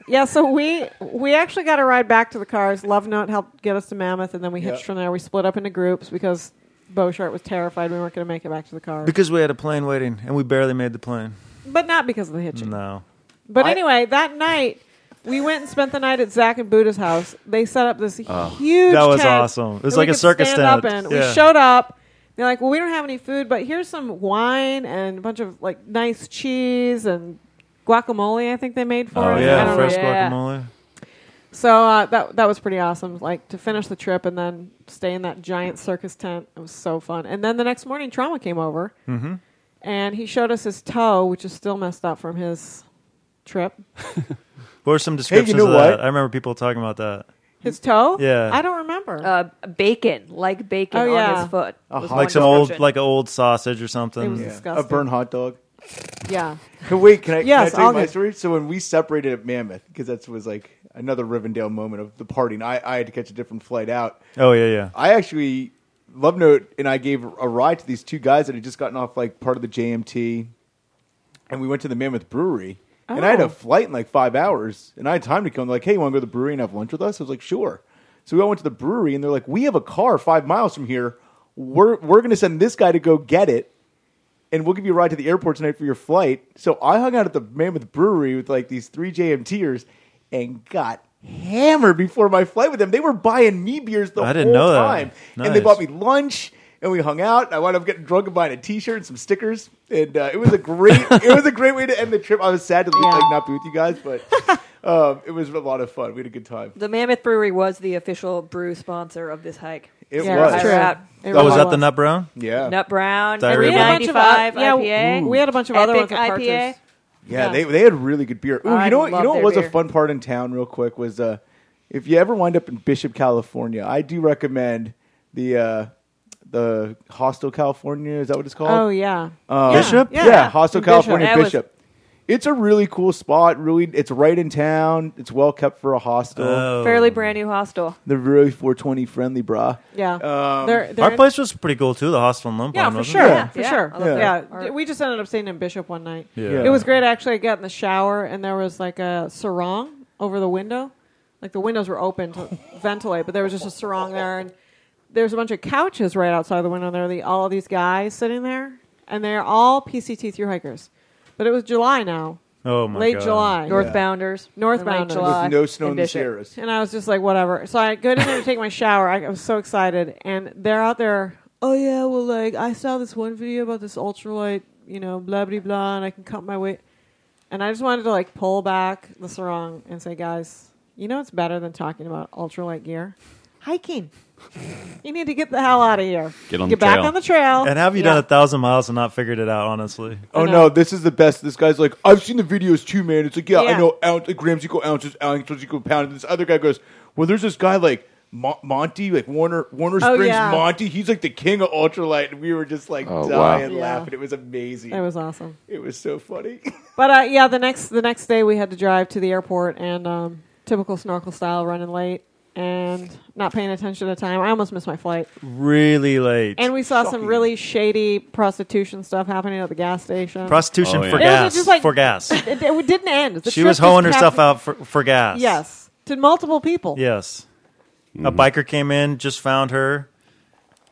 S7: yeah, so we we actually got a ride back to the cars. Love Note helped get us to Mammoth, and then we
S9: Yeah.
S7: hitched from there. We split up into groups because Beauchart was terrified we weren't going to make it back to the car.
S9: Because we had a plane waiting and we barely made the plane.
S7: but not because of the hitching.
S9: No.
S7: But anyway, that night we went and spent the night at Zach and Buddha's house. They set up this
S9: Oh.
S7: huge.
S9: That was
S7: tent
S9: awesome. It was
S7: that we
S9: like a
S7: could
S9: circus
S7: stand
S9: tent.
S7: Up in.
S9: Yeah.
S7: We showed up. They're like, well, we don't have any food, but here's some wine and a bunch of like nice cheese and guacamole. I think they made for
S9: Oh
S7: us. I
S9: yeah,
S7: don't
S9: fresh
S7: know.
S9: guacamole.
S7: So uh, that that was pretty awesome. Like to finish the trip and then stay in that giant circus tent. It was so fun. And then the next morning, trauma came over,
S9: Mhm.
S7: and he showed us his toe, which is still messed up from his trip.
S9: What were some descriptions
S7: know
S9: of that?
S7: what?
S9: I remember people talking about that.
S7: His toe?
S9: Yeah.
S7: I don't remember.
S5: Uh, bacon, like bacon on
S7: Oh, yeah.
S5: his foot. was one
S9: Uh-huh. like some old,
S5: description.
S9: like an old sausage or something.
S7: It was disgusting.
S8: A burnt hot dog.
S7: Yeah.
S8: Can- Wait, can I,
S7: Yes,
S8: can I tell
S7: I'll
S8: you my
S7: get-
S8: story? So when we separated at Mammoth, because that was like another Rivendell moment of the parting. I, I had to catch a different flight out.
S9: Oh yeah, yeah.
S8: I actually Love Note and I gave a ride to these two guys that had just gotten off like part of the JMT, and we went to the Mammoth Brewery. And I had
S9: Oh.
S8: a flight in like five hours, and I had time to come. They're like, hey, you want to go to the brewery and have lunch with us? I was like, sure. So we all went to the brewery, and they're like, we have a car five miles from here. We're we're going to send this guy to go get it, and we'll give you a ride to the airport tonight for your flight. So I hung out at the Mammoth Brewery with like these three JMTers, and got hammered before my flight with them. They were buying me beers the
S9: I didn't
S8: whole
S9: know that.
S8: time. And they
S9: Nice.
S8: bought me lunch and we hung out. I wound up getting drunk and buying a t-shirt and some stickers. And uh, it was a great it was a great way to end the trip. I was sad to leave, like not be with you guys, but um, it was a lot of fun. We had a good time.
S5: The Mammoth Brewery was the official brew sponsor of this hike.
S8: It
S5: So
S8: was.
S5: I
S8: True.
S5: out.
S8: It
S9: oh,
S8: really
S9: was that the
S8: was.
S9: nut brown?
S8: Yeah.
S5: Nut Brown,
S9: Diarrhea
S5: Brew
S9: Brown.
S7: bunch of
S5: 95
S7: o- yeah,
S5: IPA.
S7: we had a bunch of other
S5: Epic
S7: ones at Partridge.
S5: IPA.
S8: Yeah,
S7: Yeah.
S8: they they had really good beer. Ooh,
S7: I
S8: you know what? You
S7: love
S8: know what
S7: their
S8: was a
S7: beer.
S8: fun part in town? Real quick was uh, if you ever wind up in Bishop, California, I do recommend the uh, the Hostel California. Is that what it's called?
S7: Oh, yeah.
S9: Uh,
S8: Um,
S7: Yeah, Bishop?
S8: Yeah,
S7: yeah.
S8: Hostel
S7: Bishop.
S8: California
S7: That was-
S8: Bishop. it's a really cool spot. Really, it's right in town. It's well kept for a hostel.
S9: Oh.
S5: Fairly brand new hostel.
S8: They're really 420 friendly, brah.
S7: Yeah.
S8: Um,
S7: They're- they're- Our
S9: place was pretty cool too. The hostel in Limpon.
S7: Yeah, for
S9: wasn't
S7: sure.
S9: It?
S7: For
S5: Yeah.
S7: sure.
S5: I
S7: Yeah.
S5: love that.
S7: D- We just ended up staying in Bishop one night.
S9: Yeah.
S7: It was great, actually. I got in the shower, and there was like a sarong over the window. Like the windows were open to ventilate, but there was just a sarong there. And there's a bunch of couches right outside the window. And there are the, all these guys sitting there, and they're all PCT through hikers. But it was July now.
S9: Oh, my
S7: Late
S9: God.
S7: July.
S9: Yeah.
S5: Northbounders.
S7: Northbounders.
S5: In late July.
S8: With no snow
S5: in
S8: in the
S5: Bishop.
S8: Sierras.
S7: And I was just like, whatever. So I go down there to take my shower. I, I was so excited. And they're out there, oh, yeah, well, like, I saw this one video about this ultralight, you know, blah, blah, blah, and I can cut my weight. And I just wanted to, like, pull back the sarong and say, guys, you know it's better than talking about ultralight gear? Hiking. you need to get the hell out of here.
S9: Get on
S7: get
S9: the
S7: back
S9: trail.
S7: on the trail.
S9: And have you
S7: Yeah.
S9: done a thousand miles and not figured it out? Honestly.
S8: Oh no, this is the best. This guy's like, I've seen the videos too, man. It's like, yeah,
S7: Yeah.
S8: I know ounce, grams equal ounces, ounces equal pounds. And this other guy goes, well, there's this guy like Mo- Monty, like Warner Warner
S7: Oh,
S8: Springs
S7: yeah.
S8: Monty. He's like the king of ultralight, and we were just like
S7: Oh, wow.
S8: dying
S7: Yeah.
S8: laughing. It was amazing.
S7: That was awesome.
S8: It was so funny.
S7: But uh, yeah, the next the next day we had to drive to the airport and um, typical snorkel style, running late and not paying attention to time. I almost missed my flight.
S9: Really late.
S7: And we saw some really shady prostitution stuff happening at the gas station.
S9: Prostitution Oh, yeah. for
S7: It was
S9: gas,
S7: just like-
S9: for gas.
S7: It, it- it didn't end. The
S9: she
S7: trip
S9: was hoeing
S7: just
S9: herself
S7: kept-
S9: out for, for gas.
S7: Yes, to multiple people.
S9: Yes. A biker came in, just found her.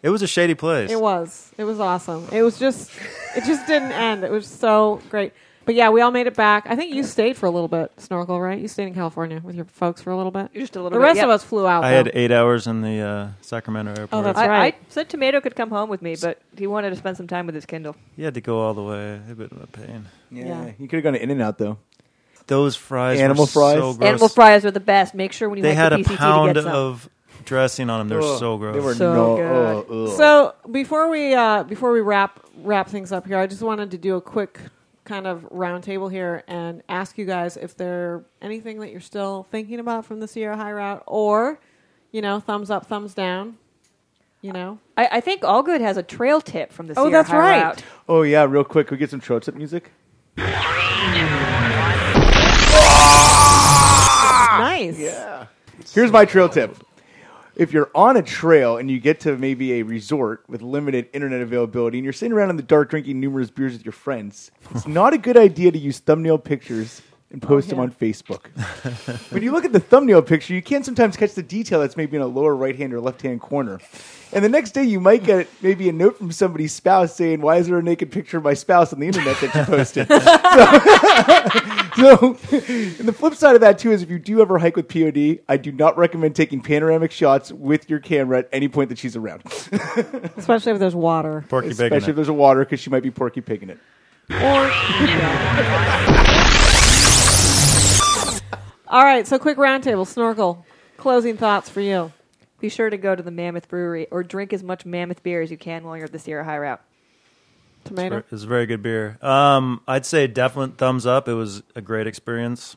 S9: It was a shady place.
S7: It was. It was awesome. It was just. It just didn't end. It was so great. But yeah, we all made it back. I think you stayed for a little bit, snorkel, right? You stayed in California with your folks for a little bit.
S5: Just a little
S7: The
S5: bit,
S7: rest
S5: yep.
S7: of us flew out.
S9: I
S7: though. Oh,
S9: had eight hours in the uh, Sacramento airport.
S5: I, I said Tomato could come home with me, but he wanted to spend some time with his Kindle.
S9: You had to go all the way. A bit of a pain.
S5: Yeah.
S8: you could have gone to In and Out though.
S9: Those fries,
S8: Animal
S9: were
S8: fries?
S9: so gross.
S5: Animal fries are the best. Make sure when you
S9: they
S5: went
S9: had
S5: to
S9: a
S5: PCT to
S9: pound
S5: get some.
S9: of dressing on them. They're
S5: Ugh,
S9: so gross.
S5: they were So no- good.
S8: oh,
S5: ugh, ugh.
S7: So before we uh, before we wrap wrap things up here, I just wanted to do a quick kind of roundtable here and ask you guys if there anything that you're still thinking about from the Sierra High route, or you know, thumbs up, thumbs down. You know,
S5: I, I think All Good has a trail tip from the
S7: Oh,
S5: Sierra
S7: that's
S5: High
S7: right.
S5: Route.
S8: Oh yeah, real quick, could we get some trail tip music.
S7: nice.
S8: Yeah. Here's my trail tip. If you're on a trail and you get to maybe a resort with limited internet availability and you're sitting around in the dark drinking numerous beers with your friends, it's not a good idea to use thumbnail pictures and post them on Facebook. when you look at the thumbnail picture, you can sometimes catch the detail that's maybe in a lower right hand or left hand corner. And the next day, you might get maybe a note from somebody's spouse saying, Why is there a naked picture of my spouse on the internet that you posted? so, and the flip side of that too is if you do ever hike with POD, I do not recommend taking panoramic shots with your camera at any point that she's around,
S7: especially if there's water.
S9: Porky pig.
S8: especially if there's a water because she might be porky pigging it.
S7: Or All right, so quick roundtable snorkel. Closing thoughts for you.
S5: Be sure to go to the Mammoth Brewery or drink as much Mammoth beer as you can while you're at the Sierra High Route.
S7: Tomato.
S9: It's a very good beer. Um, I'd say definite thumbs up. It was a great experience.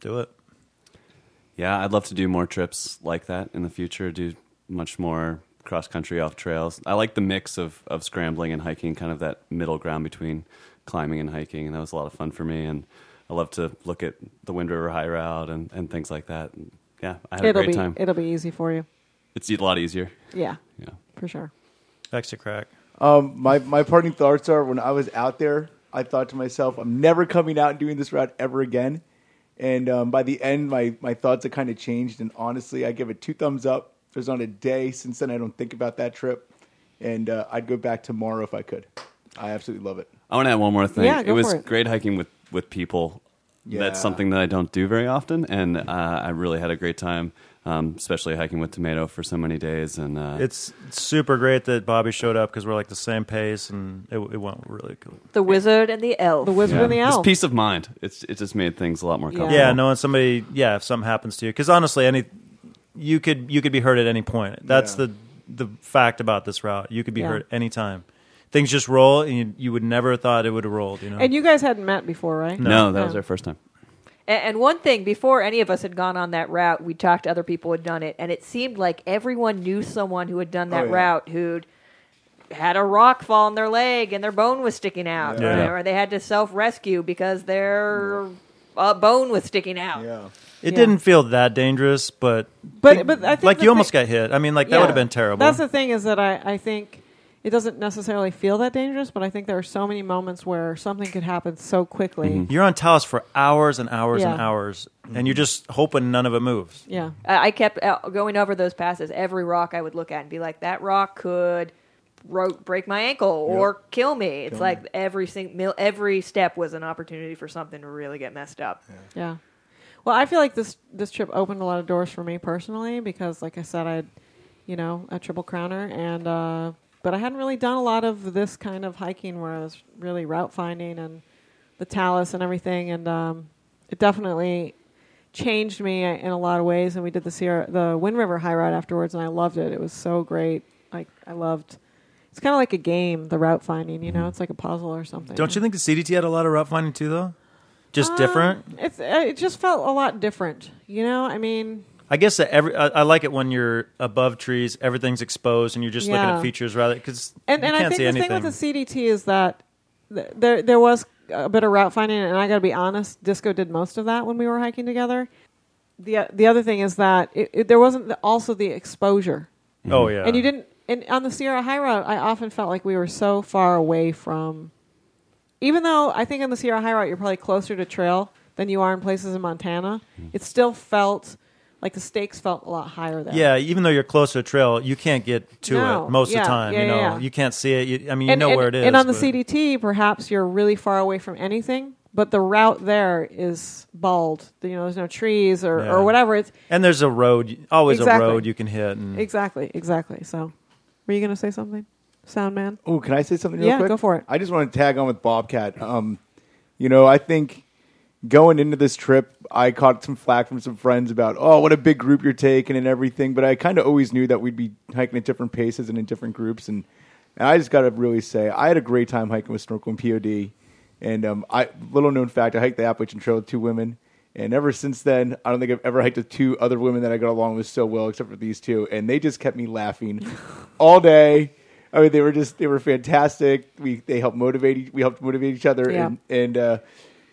S9: Do it.
S4: Yeah, I'd love to do more trips like that in the future. Do much more cross country off trails. I like the mix of of scrambling and hiking, kind of that middle ground between climbing and hiking, and that was a lot of fun for me. And I love to look at the Wind River High Route and, and things like that. And yeah, I had
S7: it'll
S4: a great
S7: be
S4: time.
S7: it'll be easy for you.
S4: It's a lot easier.
S7: Yeah. Yeah. For sure.
S9: Extra crack.
S8: Um, my my parting thoughts are when I was out there, I thought to myself, I'm never coming out and doing this route ever again. And um, by the end, my my thoughts have kind of changed. And honestly, I give it two thumbs up. There's not a day since then I don't think about that trip, and uh, I'd go back tomorrow if I could. I absolutely love it.
S4: I want to add one more thing.
S8: Yeah, go
S4: it was
S8: for it.
S4: great hiking with with people.
S8: Yeah.
S4: That's something that I don't do very often, and uh, I really had a great time, um, especially hiking with Tomato for so many days. And uh,
S9: It's super great that Bobby showed up because we're like the same pace and it, it went really good.
S5: The Wizard and the Elf. The
S7: Wizard
S4: yeah. It's peace of mind. It's it just made things a lot more comfortable.
S9: Yeah, knowing somebody. Yeah, if something happens to you, because honestly, any you could you could be hurt at any point. That's the the fact about this route. You could be
S7: Yeah.
S9: hurt any time. Things just roll, and you, you would never have thought it would have rolled. You know.
S7: And you guys hadn't met before, right?
S9: No. No, that
S4: was our first time.
S5: A- And one thing, before any of us had gone on that route, we talked to other people who had done it, and it seemed like everyone knew someone who had done that
S17: Oh, yeah.
S5: route who'd had a rock fall on their leg and their bone was sticking out,
S17: Yeah. Yeah.
S5: or, or they had to self rescue because their uh, bone was sticking out.
S9: It didn't feel that dangerous, but
S7: But- but I think
S9: like
S7: the
S9: you almost got hit. I mean, like that
S7: Yeah.
S9: would have been terrible.
S7: That's the thing is that I, I think it doesn't necessarily feel that dangerous, but I think there are so many moments where something could happen so quickly.
S4: Mm-hmm.
S9: You're on Taos for hours and hours and
S7: Yeah.
S9: hours, and you're just hoping none of it moves.
S5: Yeah. I I kept uh, going over those passes. Every rock I would look at and be like, that rock could broke, break my ankle or kill me. It's
S7: Kill
S5: like every sing- mil- every step was an opportunity for something to really get messed up.
S7: Yeah. Well, I feel like this this trip opened a lot of doors for me personally because, like I said, I, had, you know, a triple crowner, and uh, but I hadn't really done a lot of this kind of hiking where I was really route finding and the talus and everything, and um, it definitely changed me in a lot of ways. And we did the Sierra, the Wind River high ride afterwards, and I loved it. It was so great. Like I loved. It's kind of like a game, the route finding. You know, it's like a puzzle or something.
S9: Don't you think the CDT had a lot of route finding too, though? Just different.
S7: It's uh, it just felt a lot different. You know, I mean,
S9: I guess that every I, I like it when you're above trees, everything's exposed, and you're just looking
S7: Yeah.
S9: at features rather because
S7: and
S9: you
S7: and
S9: can't
S7: I think
S9: see
S7: the
S9: anything.
S7: thing with the CDT is that th- there there was a bit of route finding, and I got to be honest, Disco did most of that when we were hiking together. the uh, The other thing is that it, it, there wasn't the, also the exposure.
S9: Oh, yeah.
S7: and you didn't. And on the Sierra High Route, I often felt like we were so far away from. Even though I think on the Sierra High Route you're probably closer to trail than you are in places in Montana,
S9: Hmm.
S7: it still felt like the stakes felt a lot higher there.
S9: yeah, even though you're close to a trail, you can't get to
S7: No.
S9: it most
S7: Yeah.
S9: of the time.
S7: Yeah,
S9: you know,
S7: yeah, yeah.
S9: you can't see it. You, I mean, you know where it is.
S7: And on the
S9: but-
S7: CDT, perhaps you're really far away from anything, but the route there is bald. You know, there's no trees or,
S9: Yeah.
S7: or whatever. It's
S9: and there's a road, always
S7: Exactly.
S9: a road you can hit. And
S7: exactly, exactly. So, were you going to say something, Sound Man?
S8: Oh, can I say something real
S7: Yeah,
S8: quick?
S7: go for it.
S8: I just want to tag on with Bobcat. Um, you know, I think going into this trip, I caught some flack from some friends about, oh, what a big group you're taking and everything. But I kind of always knew that we'd be hiking at different paces and in different groups. And, and I just got to really say, I had a great time hiking with Snorkel and POD. And um, I little known fact, I hiked the Appalachian Trail with two women. And ever since then, I don't think I've ever hiked with two other women that I got along with so well, except for these two. And they just kept me laughing all day. I mean, they were just they were fantastic. We they helped motivate e- we helped motivate each other,
S7: Yeah.
S8: and and uh,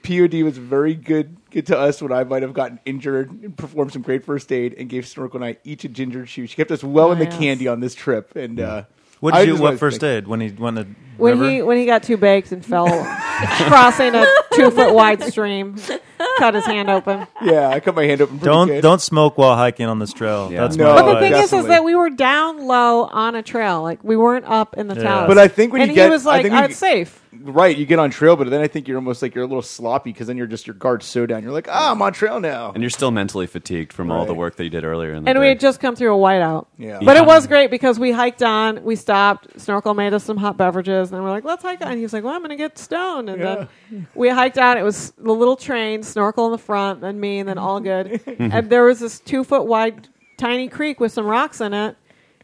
S8: POD was very good good to us when I might have gotten injured and performed some great first aid and gave Snorkel and I each a ginger shoe. She kept us well in the
S7: Nice.
S8: candy on this trip, and uh,
S9: What
S8: I
S9: did you?
S8: just
S9: What
S8: wanted to
S9: first
S8: thank-
S9: aid when he went the
S7: When
S9: river?
S7: he when he got too baked and fell crossing a two foot wide stream, cut his hand open.
S8: Yeah, I cut my hand open. pretty
S9: don't
S8: good.
S9: don't smoke while hiking on this trail. That's
S8: No,
S9: my
S8: But
S7: The thing
S9: advice.
S7: is, is that we were down low on a trail, like we weren't up in the
S9: Yeah.
S7: tower.
S8: But I think when
S7: and
S8: you get,
S7: he was like,
S8: I think when you
S7: "Oh, it's safe."
S8: Right, you get on trail, but then I think you're almost like you're a little sloppy because then you're just your guard's so down. You're like, ah, I'm on trail now.
S4: And you're still mentally fatigued from all the work that you did earlier in the
S7: and
S4: day.
S7: we had just come through a whiteout.
S4: Yeah.
S7: But
S4: Yeah.
S7: it was great because we hiked on, we stopped, Snorkel made us some hot beverages, and then we're like, let's hike on. And he was like, well, I'm going to get stoned. And then we hiked on. It was the little train, Snorkel in the front, then me, and then all good. and there was this two foot wide tiny creek with some rocks in it.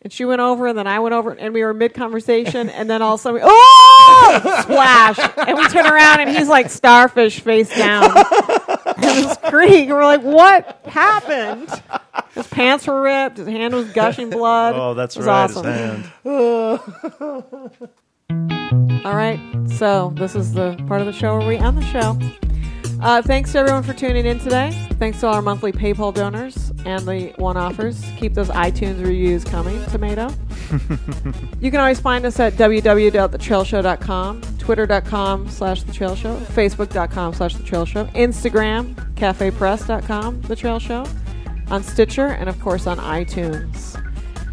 S7: And she went over, and then I went over, and we were mid conversation, and then all of a sudden, we, oh, splash! And we turn around, and he's like starfish face down in this creek. And we're like, what happened? His pants were ripped. His hand was gushing blood.
S9: Oh, that's
S7: It was
S9: right, his
S7: Awesome.
S9: hand.
S7: All right. So this is the part of the show where we end the show. Uh, thanks to everyone for tuning in today. Thanks to all our monthly PayPal donors and the one offers. Keep those iTunes reviews coming, tomato. you can always find us at www.thetrailshow.com, twitter.com slash the trail show, facebook.com slash the trail show, Instagram, cafepress.com, the trail show, on Stitcher, and of course on iTunes.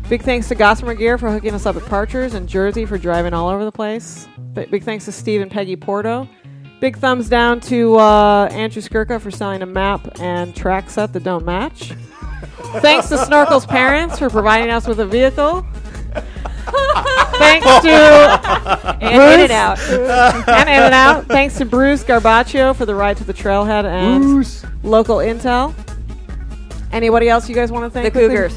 S7: Big thanks to Gossamer Gear for hooking us up at Parchers and Jersey for driving all over the place. Th- Big thanks to Steve and Peggy Porto. Big thumbs down to uh, Andrew Skirka for selling a map and track set that don't match. thanks to Snorkel's parents for providing us with a vehicle. Thanks to
S5: And In-N-Out.
S7: Bruce- and in and out. Thanks to Bruce Garbaccio for the ride to the trailhead and local intel. Anybody else you guys want to thank?
S5: The Cougars.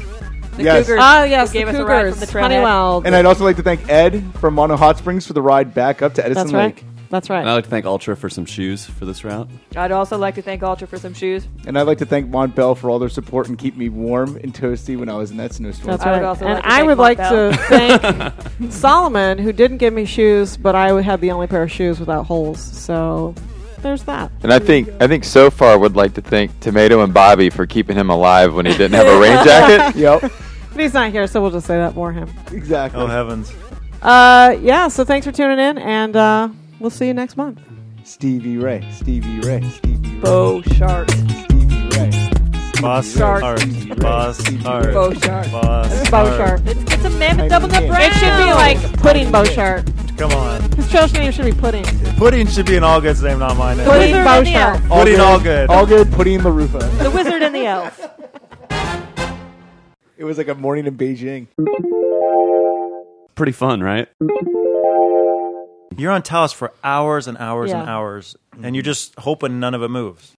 S8: The Yes. Cougars
S7: Oh yes,
S5: who gave
S7: the
S5: us a
S7: Cougars.
S5: ride from the trailhead.
S7: Honeywell.
S8: And I'd also like to thank Ed from Mono Hot Springs for the ride back up to Edison
S7: That's right.
S8: Lake.
S7: That's right.
S4: And
S5: Oh,
S4: I'd like to thank Ultra for some shoes for this route.
S5: I'd also like to thank Ultra for some shoes.
S8: And I'd like to thank Mont Bell for all their support and keep me warm and toasty when I was in that snowstorm.
S7: That's right. and I would like to thank Solomon, who didn't give me shoes, but I would have the only pair of shoes without holes. So there's that.
S1: And I think I think so far would like to thank Tomato and Bobby for keeping him alive when he didn't have a rain jacket.
S8: yep.
S7: But he's not here, so we'll just say that for him.
S8: Exactly.
S9: Oh heavens.
S7: Uh, yeah. So thanks for tuning in, and uh, we'll see you next month.
S8: Stevie Ray, Stevie Ray, Stevie Ray.
S5: Bo Shark.
S9: Boss
S5: Shark.
S9: art. Boss art.
S5: Bo Shark.
S9: Boss
S7: Bo
S9: art.
S7: shark.
S5: It's, it's a mammoth double nut brown.
S7: It should be like pudding bow shark.
S9: Come on.
S7: His trail name should be pudding.
S9: Pudding should be an all good's name, not mine.
S7: Pudding bow shark.
S9: Pudding all good.
S8: All good, Pudding LaRufa.
S5: the wizard and the elf.
S8: It was like a morning in Beijing.
S4: Pretty fun, right?
S9: You're on Taos for hours and hours and
S4: Yeah.
S9: hours, and you're just hoping none of it moves.